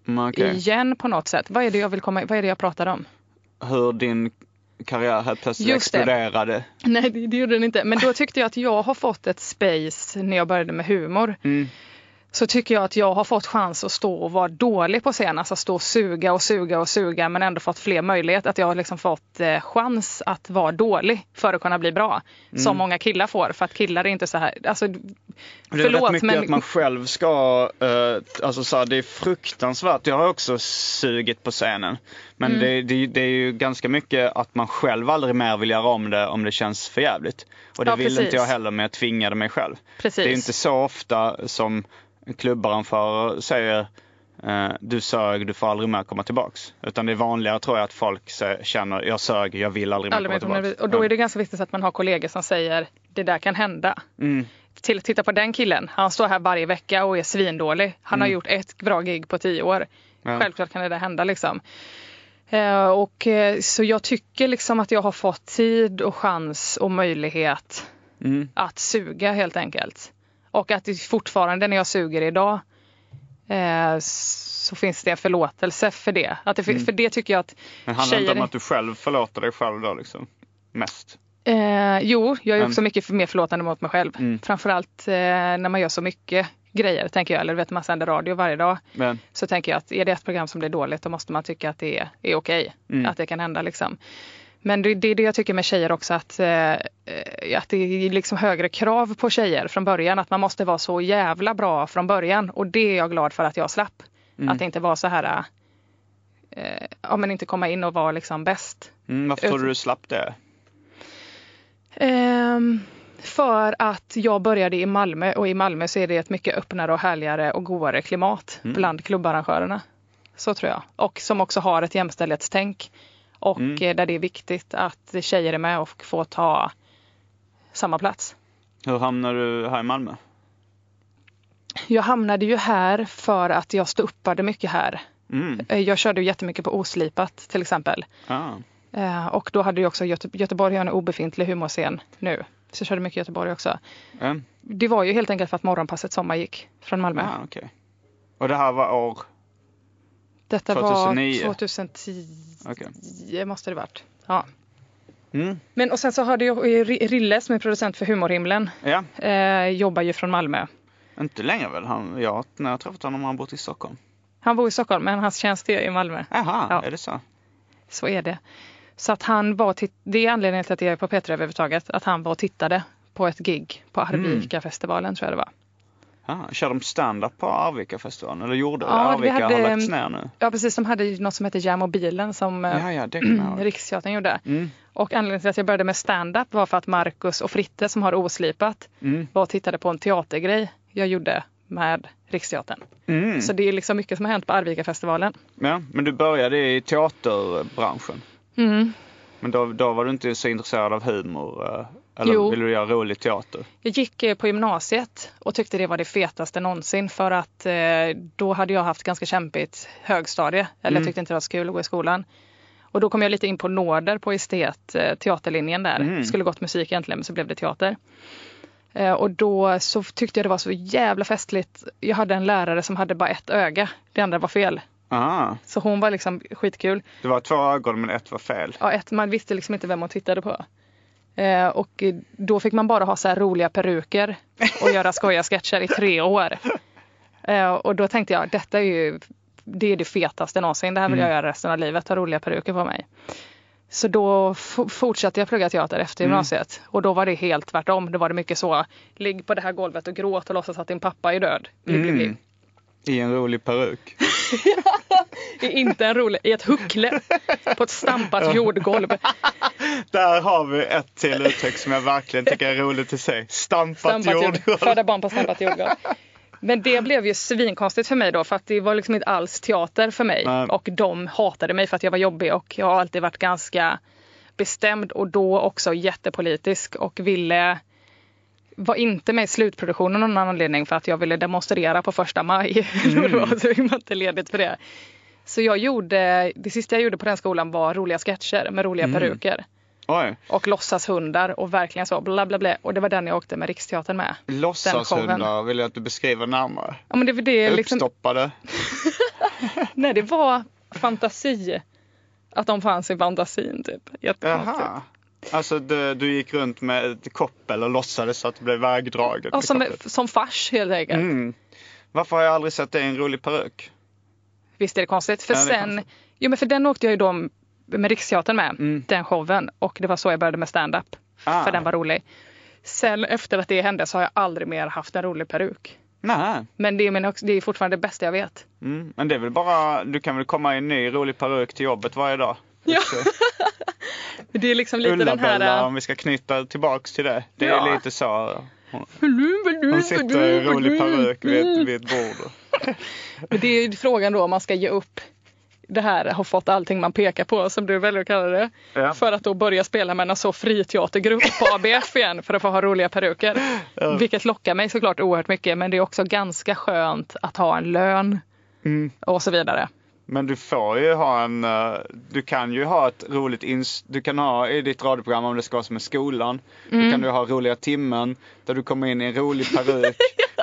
Mm, okej.
igen på något sätt. Vad är det jag vill komma, vad är det jag pratar om?
Hur din karriär helt plötsligt
Just det.
exploderade.
Nej, det, det gjorde den inte. Men då tyckte jag att jag har fått ett space när jag började med humor.
Mm.
Så tycker jag att jag har fått chans att stå och vara dålig på scen. Alltså stå och suga och suga och suga men ändå fått fler möjligheter. Att jag har liksom fått eh, chans att vara dålig för att kunna bli bra. Som många killar får. För att killar är inte så här. Alltså,
Mm. Det är rätt
förlåt
mycket
men
att man själv ska, eh, alltså så här, det är fruktansvärt. Jag har också sugit på scenen. Men
Mm.
det, det, det är ju ganska mycket att man själv aldrig mer vill göra om det om det känns för jävligt. Och det
Ja,
vill
precis.
inte jag heller men jag tvingade mig själv.
Precis.
Det är ju inte så ofta som klubbar för säger eh, du sög, du får aldrig mer komma tillbaks. Utan det är vanligare tror jag att folk sä- känner jag sög, jag vill aldrig mer
aldrig mer
komma
kommer
tillbaks.
bli- Och då är det ganska viktigt att man har kollegor som säger det där kan hända.
Mm.
Till, titta på den killen, han står här varje vecka och är svindålig. Han har gjort ett bra gig på tio år.
Mm. Ja.
Självklart kan det där hända liksom. Eh, och, eh, så jag tycker liksom att jag har fått tid och chans och möjlighet
Mm.
att suga helt enkelt. Och att det fortfarande när jag suger idag eh, så finns det en förlåtelse för det. Att det fin- För det tycker jag att
Mm. Men handlar det inte
tjejer-
om att du själv förlåter dig själv då liksom? Mest.
Eh, jo, jag är
Men-
också mycket mer förlåtande mot mig själv. Framförallt eh, när man gör så mycket grejer, tänker jag. Eller du vet, man sänder radio varje dag.
Men
Så tänker jag att är det ett program som blir dåligt, då måste man tycka att det är, är okej. Att det kan hända liksom. Men det, det är det jag tycker med tjejer också, att, eh, eh, att det är liksom högre krav på tjejer från början. Att man måste vara så jävla bra från början. Och det är jag glad för att jag slapp. Att det inte var så här, eh, ja men inte komma in och vara liksom bäst.
Mm, varför
Ut-
tror du du slapp det?
Ehm, för att jag började i Malmö och i Malmö så är det ett mycket öppnare och härligare och godare klimat bland klubbarrangörerna. Så tror jag. Och som också har ett jämställdhetstänk. Och eh, där det är viktigt att tjejer är med och får ta samma plats.
Hur hamnade du här i Malmö?
Jag hamnade ju här för att jag ståuppade mycket här.
Mm.
Eh, Jag körde ju jättemycket på Oslipat till exempel.
Ah.
Eh, Och då hade ju också Göte- Göteborg har en obefintlig humorscen nu. Så jag körde mycket i Göteborg också.
Mm.
Det var ju helt enkelt för att morgonpasset sommargick från Malmö.
Ah, okej. Och det här var år?
Detta
2009.
var 2010
Okej.
måste det varit. Ja.
Mm.
Men och sen så hörde jag eh, Ri- Rille som är producent för Humorhimlen.
Ja,
Eh, jobbar ju från Malmö.
inte längre väl? Han, jag, när jag har träffat honom har han bott i Stockholm.
Han bor i Stockholm men hans tjänst är i Malmö.
Jaha,
Ja.
är det så?
Så är det. Så att han var och titt- det är anledningen till att jag är på P3 överhuvudtaget. Att han var och tittade på ett gig på Arvika-festivalen tror jag det var.
Ah, kör de stand-up på Arvika-festivalen? Eller gjorde det?
Ja, vi
Arvika
hade- ehm,
har lagts ner nu.
Ja precis, de hade ju något som hette Jam och bilen som eh,
Ja, ja, det kan jag ihåg.
Riksteatern gjorde. Och anledningen till att jag började med stand-up var för att Marcus och Fritte som har oslipat var och tittade på en teatergrej jag gjorde med Riksteatern.
Mm.
Så det är liksom mycket som har hänt på Arvika-festivalen.
Ja, men du började i teaterbranschen.
Mm.
Men då, då var du inte så intresserad av humor? eh, Eller
Jo.
ville du göra rolig teater?
Jag gick eh, på gymnasiet och tyckte det var det fetaste någonsin för att eh, då hade jag haft ganska kämpigt högstadie. Eller jag tyckte inte det var så kul att gå i skolan. Och då kom jag lite in på nåder på estet, eh, teaterlinjen där. Skulle gått musik egentligen men så blev det teater. Eh, och då så tyckte jag det var så jävla festligt. Jag hade en lärare som hade bara ett öga. Det andra var fel.
Ah,
Så hon var liksom skitkul.
det var två ögon men ett var fel.
Ja, ett, man visste liksom inte vem man tittade på. Eh, och eh, då fick man bara ha så här roliga peruker och göra skojiga sketcher i tre år. Eh, och då tänkte jag, detta är ju det, är det fetaste någonsin. Det här vill jag göra resten av livet, ha roliga peruker på mig. Så då f- fortsatte jag plugga teater efter gymnasiet. Och då var det helt tvärtom. Då var det mycket så, ligg på det här golvet och gråt och låtsas att din pappa är död. Bli, bli, bli.
I en rolig peruk.
Det är inte en rolig, i ett huckle på ett stampat jordgolv.
Där har vi ett till uttryck som jag verkligen tycker är roligt att se. Stampat,
stampat jord.
jordgolv.
Föda barn på stampat jordgolv. Men det blev ju svinkonstigt för mig då för att det var liksom inte alls teater för mig.
Nej.
Och de hatade mig för att jag var jobbig och jag har alltid varit ganska bestämd och då också jättepolitisk och ville var inte med i slutproduktionen av någon anledning för att jag ville demonstrera på första maj. Då så fick man inte ledigt för det. Så jag gjorde, det sista jag gjorde på den skolan var roliga sketcher med roliga peruker.
Oj,
Och låtsashundar och verkligen så bla bla bla. Och det var den jag åkte med Riksteatern med.
låtsashundar vill jag att du beskriver närmare.
Ja, men det, det, är liksom,
Uppstoppade.
nej, det var fantasi. Att de fanns i fantasin typ. Jättekonstigt.
Jaha.
typ.
Alltså du, du gick runt med ett koppel och låtsades att det blev vägdraget.
Ja,
med
som,
kopplet.
som fars helt enkelt.
Mm. Varför har jag aldrig sett dig i en rolig peruk?
Visst är det konstigt? För
Ja, det är
sen,
konstigt. Mm.
jo men för den åkte jag ju då med Riksteatern med, den showen. Och det var så jag började med stand-up.
Ah.
För den var rolig. Sen efter att det hände så har jag aldrig mer haft en rolig peruk.
Nej.
Men det är, min, det är fortfarande det bästa jag vet.
Mm. Men det är väl bara, du kan väl komma i en ny rolig peruk till jobbet varje dag?
Ja. Det är liksom lite den här...
Ulla-Bella, om vi ska knyta tillbaks till det. Det är
Ja.
lite så. Hon,
Hon
hon sitter i en rolig peruk vid ett, vid ett bord.
Men det är ju frågan då om man ska ge upp det här har fått allting man pekar på som du väljer att kalla det.
Ja.
För att då börja spela med en så fri teatergrupp på ABF igen för att få ha roliga peruker. Vilket lockar mig såklart oerhört mycket men det är också ganska skönt att ha en lön och så vidare.
Men du får ju ha en, eh, du kan ju ha ett roligt ins, du kan ha i ditt radioprogram om det ska vara som i skolan. Då
Mm.
kan du ha roliga timmen där du kommer in i en rolig peruk,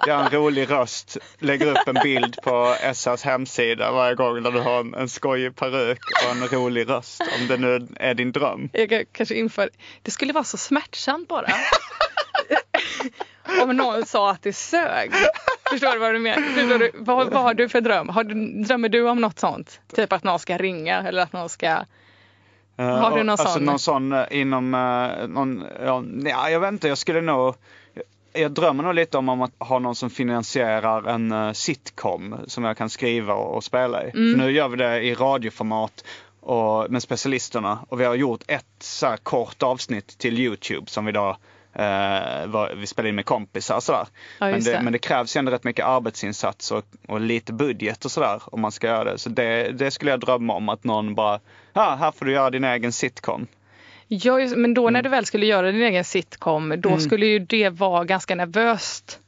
gör en rolig röst, lägger upp en bild på SRs hemsida varje gång där du har en, en skojig peruk och en rolig röst. Om det nu är din dröm.
Jag kan- kanske inför, det skulle vara så smärtsamt bara. Om någon sa att det sög. Förstår du vad du menar? Förstår du, vad, vad har du för dröm? Har du, drömmer du om något sånt? Typ att någon ska ringa eller att någon ska...
Eh,
Har du
och-
någon
alltså
sån?
någon sån eh, inom eh, någon, ja, nej, jag vet inte, jag skulle nog jag drömmer nog lite om, om att ha någon som finansierar en eh, sitcom som jag kan skriva och, och spela i.
Mm.
För nu gör vi det i radioformat och, med specialisterna och vi har gjort ett så här kort avsnitt till Youtube som vi då eh, var, vi spelade in med kompisar och sådär.
Ja,
men,
just det.
men det krävs ju ändå rätt mycket arbetsinsats och, och lite budget och sådär om man ska göra det. Så det, det skulle jag drömma om att någon bara, ah, här får du göra din egen sitcom.
Ja, just, men då när du väl skulle göra din egen sitcom, då skulle ju det vara ganska nervöst.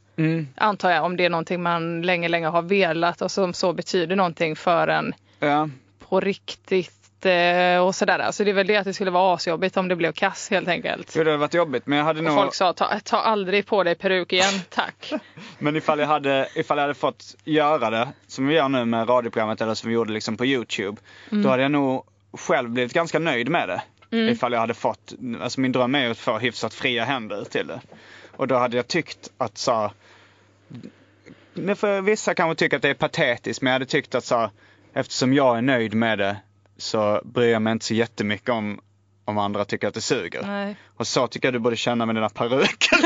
Antar jag, om det är någonting man länge, länge har velat och som så betyder någonting för en
Ja.
på riktigt. eh, och sådär. Så alltså det är väl det att det skulle vara asjobbigt om det blev kass helt enkelt.
Jo, det hade varit jobbigt. Men jag hade
Och
nog...
folk sa ta, ta aldrig på dig peruk igen, tack.
Men ifall jag, hade, ifall jag hade fått göra det, som vi gör nu med radioprogrammet eller som vi gjorde liksom på Youtube. Då hade jag nog själv blivit ganska nöjd med det. Ifall jag hade fått, alltså min dröm är ju att få hyfsat fria händer till det. Och då hade jag tyckt att så, nu får vissa kanske tycka att det är patetiskt men jag hade tyckt att så, eftersom jag är nöjd med det så bryr jag mig inte så jättemycket om, om andra tycker att det suger.
Nej.
Och så tycker jag du borde känna med dina peruker.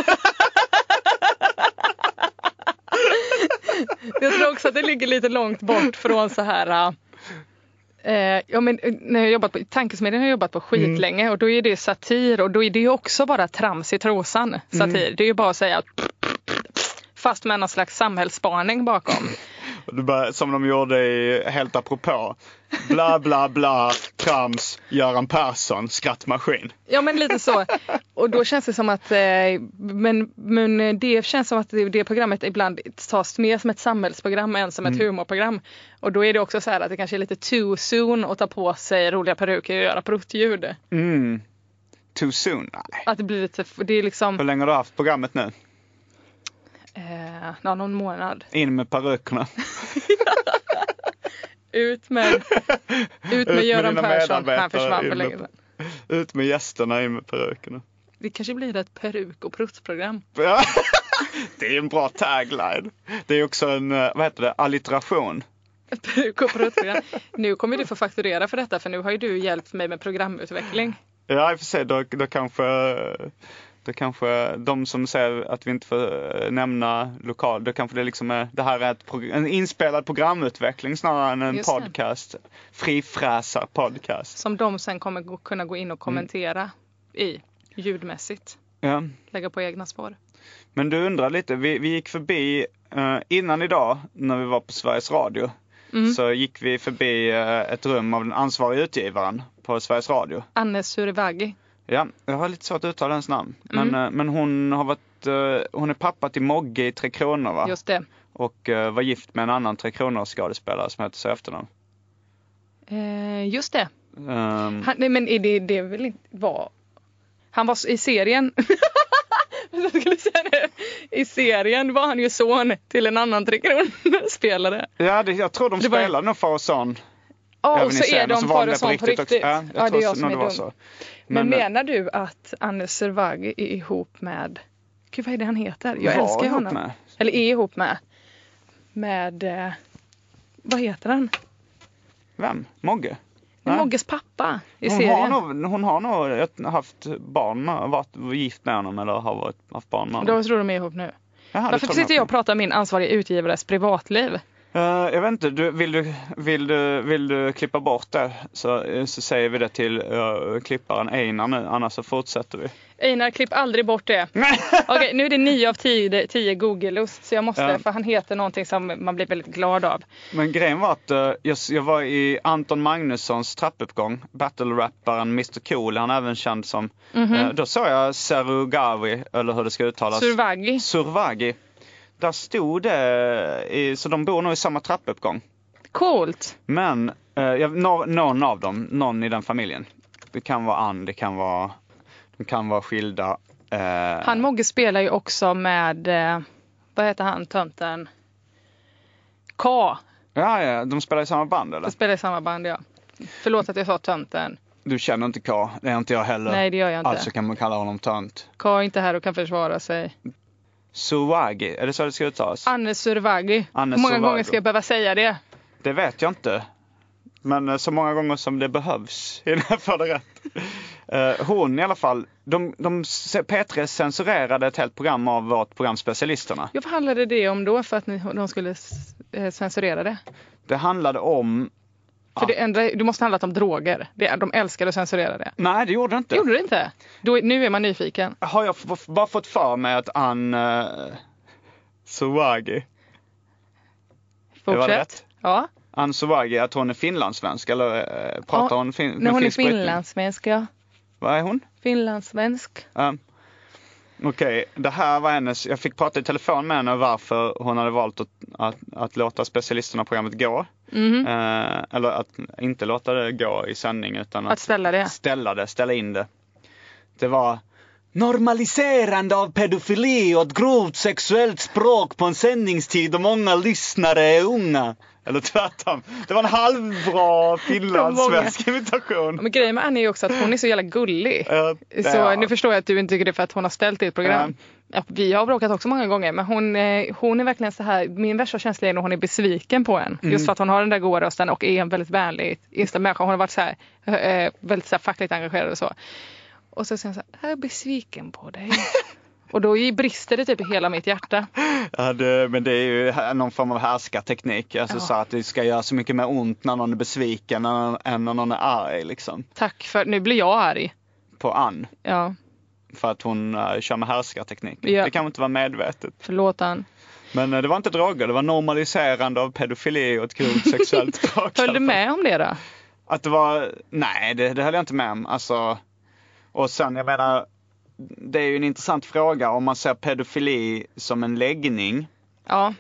Jag tror också att det ligger lite långt bort från så här eh, ja, men, eh, när jag har jobbat på, Tankesmedjan har jag jobbat på skitlänge och då är det satir och då är det ju också bara trams i trosan. Satir. Det är ju bara att säga fast med någon slags samhällsspaning bakom.
Och Du bara, som de gjorde i Helt apropå. Bla bla bla, trams, Göran Persson, skrattmaskin.
Ja men lite så. Och då känns det som att, eh, men, men det känns som att det, det programmet ibland tas mer som ett samhällsprogram än som ett humorprogram. Och då är det också så här att det kanske är lite too soon att ta på sig roliga peruker och göra pruttljud.
Mm. Too soon? Nej.
Att det blir lite, det är
Hur
liksom
länge har du haft programmet nu?
eh, ja, någon månad.
In med perukerna.
Ut med, ut med
med
Göran
dina
Persson.
medarbetare,
Han försvann för
in med-
länge sedan.
Ut med gästerna, in med perukerna.
Det kanske blir ett peruk och pruttprogram.
Ja. Det är en bra tagline. Det är också en, eh, vad heter det, allitteration.
Ett peruk och pruttprogram. Nu kommer du få fakturera för detta för nu har ju du hjälpt mig med programutveckling.
Ja i och för sig, då, då kanske då kanske de som säger att vi inte får eh, nämna lokal, då kanske det liksom är, det här är ett prog- en inspelad programutveckling snarare än en
Just det.
podcast. Frifräsar podcast.
som de sen kommer gå- kunna gå in och kommentera i ljudmässigt.
Ja.
Lägga på egna spår.
Men du undrar lite, vi, vi gick förbi eh, innan idag när vi var på Sveriges Radio
Mm.
så gick vi förbi eh, ett rum av den ansvariga utgivaren på Sveriges Radio.
Anne Surivagi.
Ja, jag har lite svårt att uttala hennes namn.
Mm.
Men, eh, men hon har varit, eh, hon är pappa till Mogge i Tre Kronor va?
Just det.
och eh, var gift med en annan Tre Kronor skådespelare som heter så i efternamn.
Eh, just det.
Ehm,
Han, nej men är det, det är väl inte var. Han var s- i serien. Vad skulle jag säga det? I serien var han ju son till en annan Tre Kronor-spelare.
ja, det, jag tror de
Det var-
spelar nog far och son.
Ja,
även
och
i
så är
serien, alltså,
de
och var
far
det
och son på riktigt.
också. Ja, jag
ja, det
tror
är jag
så- nog
som är
det var
dum.
så.
Men,
Men, eh,
menar du att Anne Survagi är ihop med, gud vad är det han heter? Jag
eh, Var
älskar ju
ihop
honom.
med?
Eller är ihop med. Med, eh, vad heter han?
Vem? Mogge?
Det är
Nej.
Mogges pappa i
Hon har,
serien.
nog, hon har nog ett- haft barn med, varit gift med honom eller har varit, haft barn med honom.
Då tror de är ihop nu.
Jaha, det
Varför
tror
sitter jag och pratar om min ansvariga utgivares privatliv?
Eh, jag vet inte, du, vill, du, vill, du, vill du klippa bort det så, eh, så säger vi det till eh, klipparen Einar nu, annars så fortsätter vi.
Einar, klipp aldrig bort det. Okej, nu är det nio av tio, tio Google-lust så jag måste,
Ja.
för han heter någonting som man blir väldigt glad av.
Men grejen var att eh, jag, jag var i Anton Magnussons trappuppgång, battle-rapparen Mr Cool, han är även känd som.
Mhm.
eh, då såg jag Serugawi, eller hur det ska uttalas.
Survagi.
Survagi. Där stod det, i, så de bor nog i samma trappuppgång.
Coolt.
Men eh, jag, nå- någon av dem, någon i den familjen. Det kan vara Ann, det kan vara, de kan vara skilda. Eh,
Han Mogge spelar ju också med, eh, vad heter han, tönten? K.
ja, ja, de spelar i samma band eller?
De spelar i samma band ja. Förlåt att jag sa tönten.
Du känner inte K, det är inte jag heller.
Nej det gör jag inte.
Alltså kan man kalla honom tönt.
K är inte här och kan försvara sig.
Survagi, är det så det ska uttalas?
Anne Survagi.
Anne
Hur många
Survagi.
gånger ska jag behöva säga det?
Det vet jag inte. Men eh, så många gånger som det behövs innan jag får det rätt. Eh, Hon i alla fall, de, de, P3 censurerade ett helt program av vårt program Specialisterna.
Ja, vad handlade det om då för att ni, de skulle s- eh, censurera det?
Det handlade om,
För det, ändrar, det måste ha handlat om droger. Det, de älskade att censurera det.
nej det gjorde det inte.
Det gjorde det inte. Då, är- nu är man nyfiken.
Har jag f- f- bara fått för mig att Ann uh, Sowagi, var
Fortsätt.
rätt.
Ja.
Ann Sowagi, att hon är finlandssvensk eller eh, pratar
Ja,
hon fin-
När
med
hon är
finsk brytning?
finlandssvensk, ja.
Vad är hon?
Finlandssvensk.
Ja. Okej, det här var hennes, jag fick prata i telefon med henne varför hon hade valt att, att, att låta specialisterna-programmet gå. Eh, eller att inte låta det gå i sändning utan
Att ställa det.
ställa det, ställa in det. Det var normaliserande av pedofili och ett grovt sexuellt språk på en sändningstid och många lyssnare är unga. Eller tvärtom. Det var en halvbra finlandssvensk imitation.
Men grejen med Annie är ju också att hon är så jävla gullig.
Ja, det
Så
är-
nu förstår jag att du inte tycker det för att hon har ställt ditt program. Ja, vi har bråkat också många gånger men hon, eh, hon är verkligen så här, min värsta känsla är när hon är besviken på en.
Mm.
Just för att hon har den där goa rösten och är en väldigt vänlig inställd människa. Hon har varit så här, eh, väldigt så här fackligt engagerad och så. Och så säger hon så här, jag är besviken på dig. och då brister det typ i hela mitt hjärta.
Ja, det, men det är ju här- någon form av härskarteknik. Alltså
Ja.
så att det ska göra så mycket mer ont när någon är besviken än, än när någon är arg liksom.
Tack för, nu blir jag arg.
På Ann.
Ja,
För att hon uh, kör med härskarteknik.
Ja.
Det kan inte vara medvetet.
förlåt Ann.
Men eh, det var inte droger, det var normaliserande av pedofili och ett grovt sexuellt språk. i
Höll
alla
du
fall.
med om det då?
Att det var, nej det, det höll jag inte med om. Alltså, och sen jag menar, det är ju en intressant fråga om man ser pedofili som en läggning.
Ja,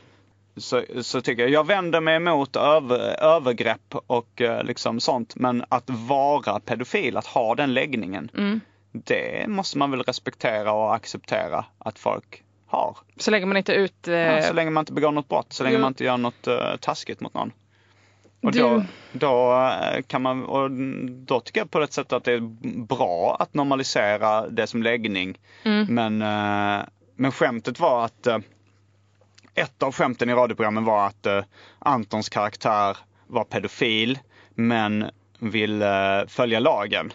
så, så tycker jag, jag vänder mig emot över, övergrepp och eh, liksom sånt. Men att vara pedofil, att ha den läggningen. Det måste man väl respektera och acceptera att folk har.
så länge man inte ut... Eh,
Ja, så länge man inte begår något brott, så länge
Jo.
man inte gör något eh, taskigt mot någon. Och
Du-
då, då eh, kan man, och då tycker jag på ett sätt att det är bra att normalisera det som läggning.
Mm.
Men, eh, men skämtet var att eh, ett av skämten i radioprogrammen var att eh, Antons karaktär var pedofil men vill eh, följa lagen.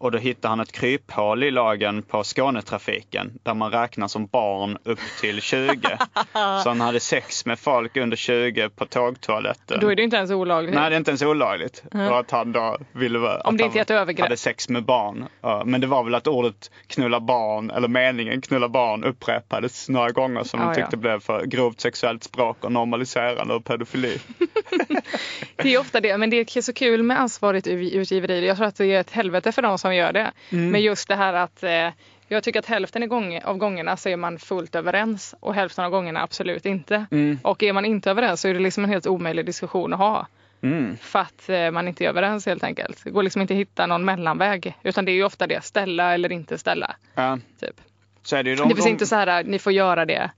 Och då hittade han ett kryphål i lagen på Skånetrafiken där man räknar som barn upp till 20. Så han hade sex med folk under 20 på tågtoaletten.
Då är det ju inte ens olagligt.
Nej, det är inte ens olagligt. Och att han då ville vara-
Om
att
det inte
han
är ett övergrepp.
Hade sex med barn. Ja, Men det var väl att ordet knulla barn, eller meningen knulla barn upprepades några gånger som
Ja,
de
ja.
tyckte blev för grovt sexuellt språk och normaliserande av pedofili.
Det är ofta det, men det är så kul med ansvarigt u- utgiveri. Jag tror att det är ett helvete för de som gör det.
Mm.
Men just det här att eh, jag tycker att hälften i gång- av gångerna så är man fullt överens och hälften av gångerna absolut inte.
Mm.
Och är man inte överens så är det liksom en helt omöjlig diskussion att ha.
Mm.
För att eh, man inte är överens helt enkelt. Det går liksom inte att hitta någon mellanväg. Utan det är ju ofta det, ställa eller inte ställa.
Ja,
Typ.
så är det ju de,
Det finns
de,
inte så här, äh, ni får göra det.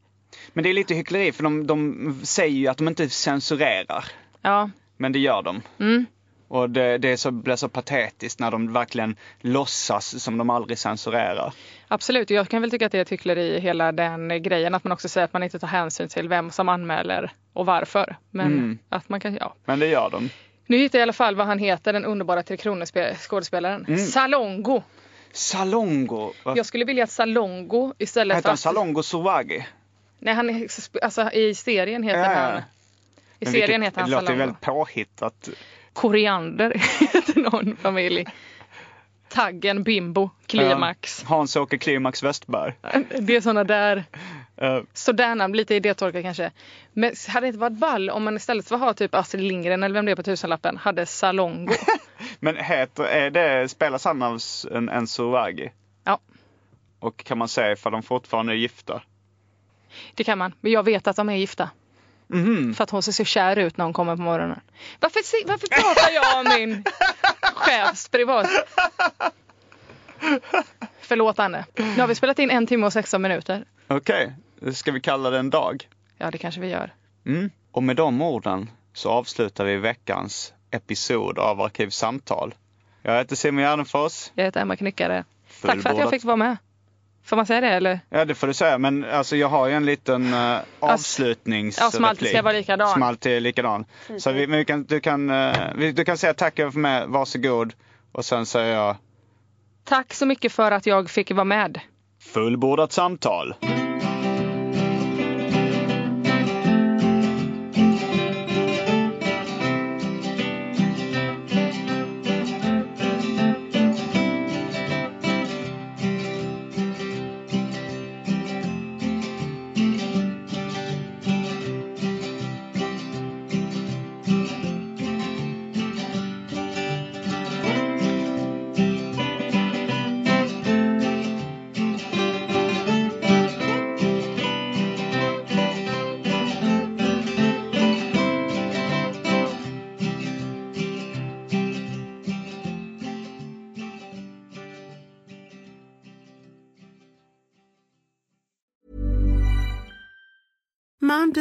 Men det är lite hyckleri för de, de säger ju att de inte censurerar.
Ja,
Men det gör de.
Mm.
Och det, det är så, blir så patetiskt när de verkligen låtsas som de aldrig censurerar.
Absolut, jag kan väl tycka att det är ett hyckleri i hela den grejen att man också säger att man inte tar hänsyn till vem som anmäler och varför. Men
Mm.
att man kan, ja.
Men det gör de.
Nu hittar jag i alla fall vad han heter, den underbara Tre Kronor skådespelaren.
Mm.
Salongo.
Salongo. Vad
Jag skulle vilja att Salongo istället
Hette
för...
han Salongo Suwagi?
Nej, han är, alltså, i serien heter
Ja, ja, ja.
han... I
Men
serien
vilket-
heter han
Det låter ju
Salongo.
väldigt påhittat.
Koriander heter någon familj. Taggen Bimbo, Klimax.
Ja, Hans-Åke Klimax Westberg.
Det är såna där...
Eh,
Sådär namn, lite idétorka kanske. Men hade det inte varit ball om man istället för att ha typ Astrid Lindgren eller vem det är på tusenlappen hade Salongo?
men heter, är det, spelas han av s- en, en Suwagi?
Ja,
Och kan man säga ifall de fortfarande är gifta?
det kan man. Men jag vet att de är gifta.
Mhm.
För att hon ser så kär ut när hon kommer på morgonen. Varför, se- varför pratar jag om min chefs privat? Förlåt Anne. Nu har vi spelat in en timme och 16 minuter.
Okej, ska vi kalla det en dag?
Ja, det kanske vi gör.
Mm. Och med de orden så avslutar vi veckans episod av Arkivsamtal. Jag heter Simon Gärdenfors.
Jag heter Emma Knyckare. Tack för att jag
Fullbordat.
fick vara med. Får man säga det eller?
Ja, det får du säga. Men alltså, jag har ju en liten uh, avslutningsreplik.
ja, som alltid ska vara likadan.
Som alltid är likadan. Så vi, men vi kan, du, kan, eh, vi, du kan säga tack för mig, varsågod. Och sen säger jag
Tack så mycket för att jag fick vara med.
fullbordat samtal.
Mom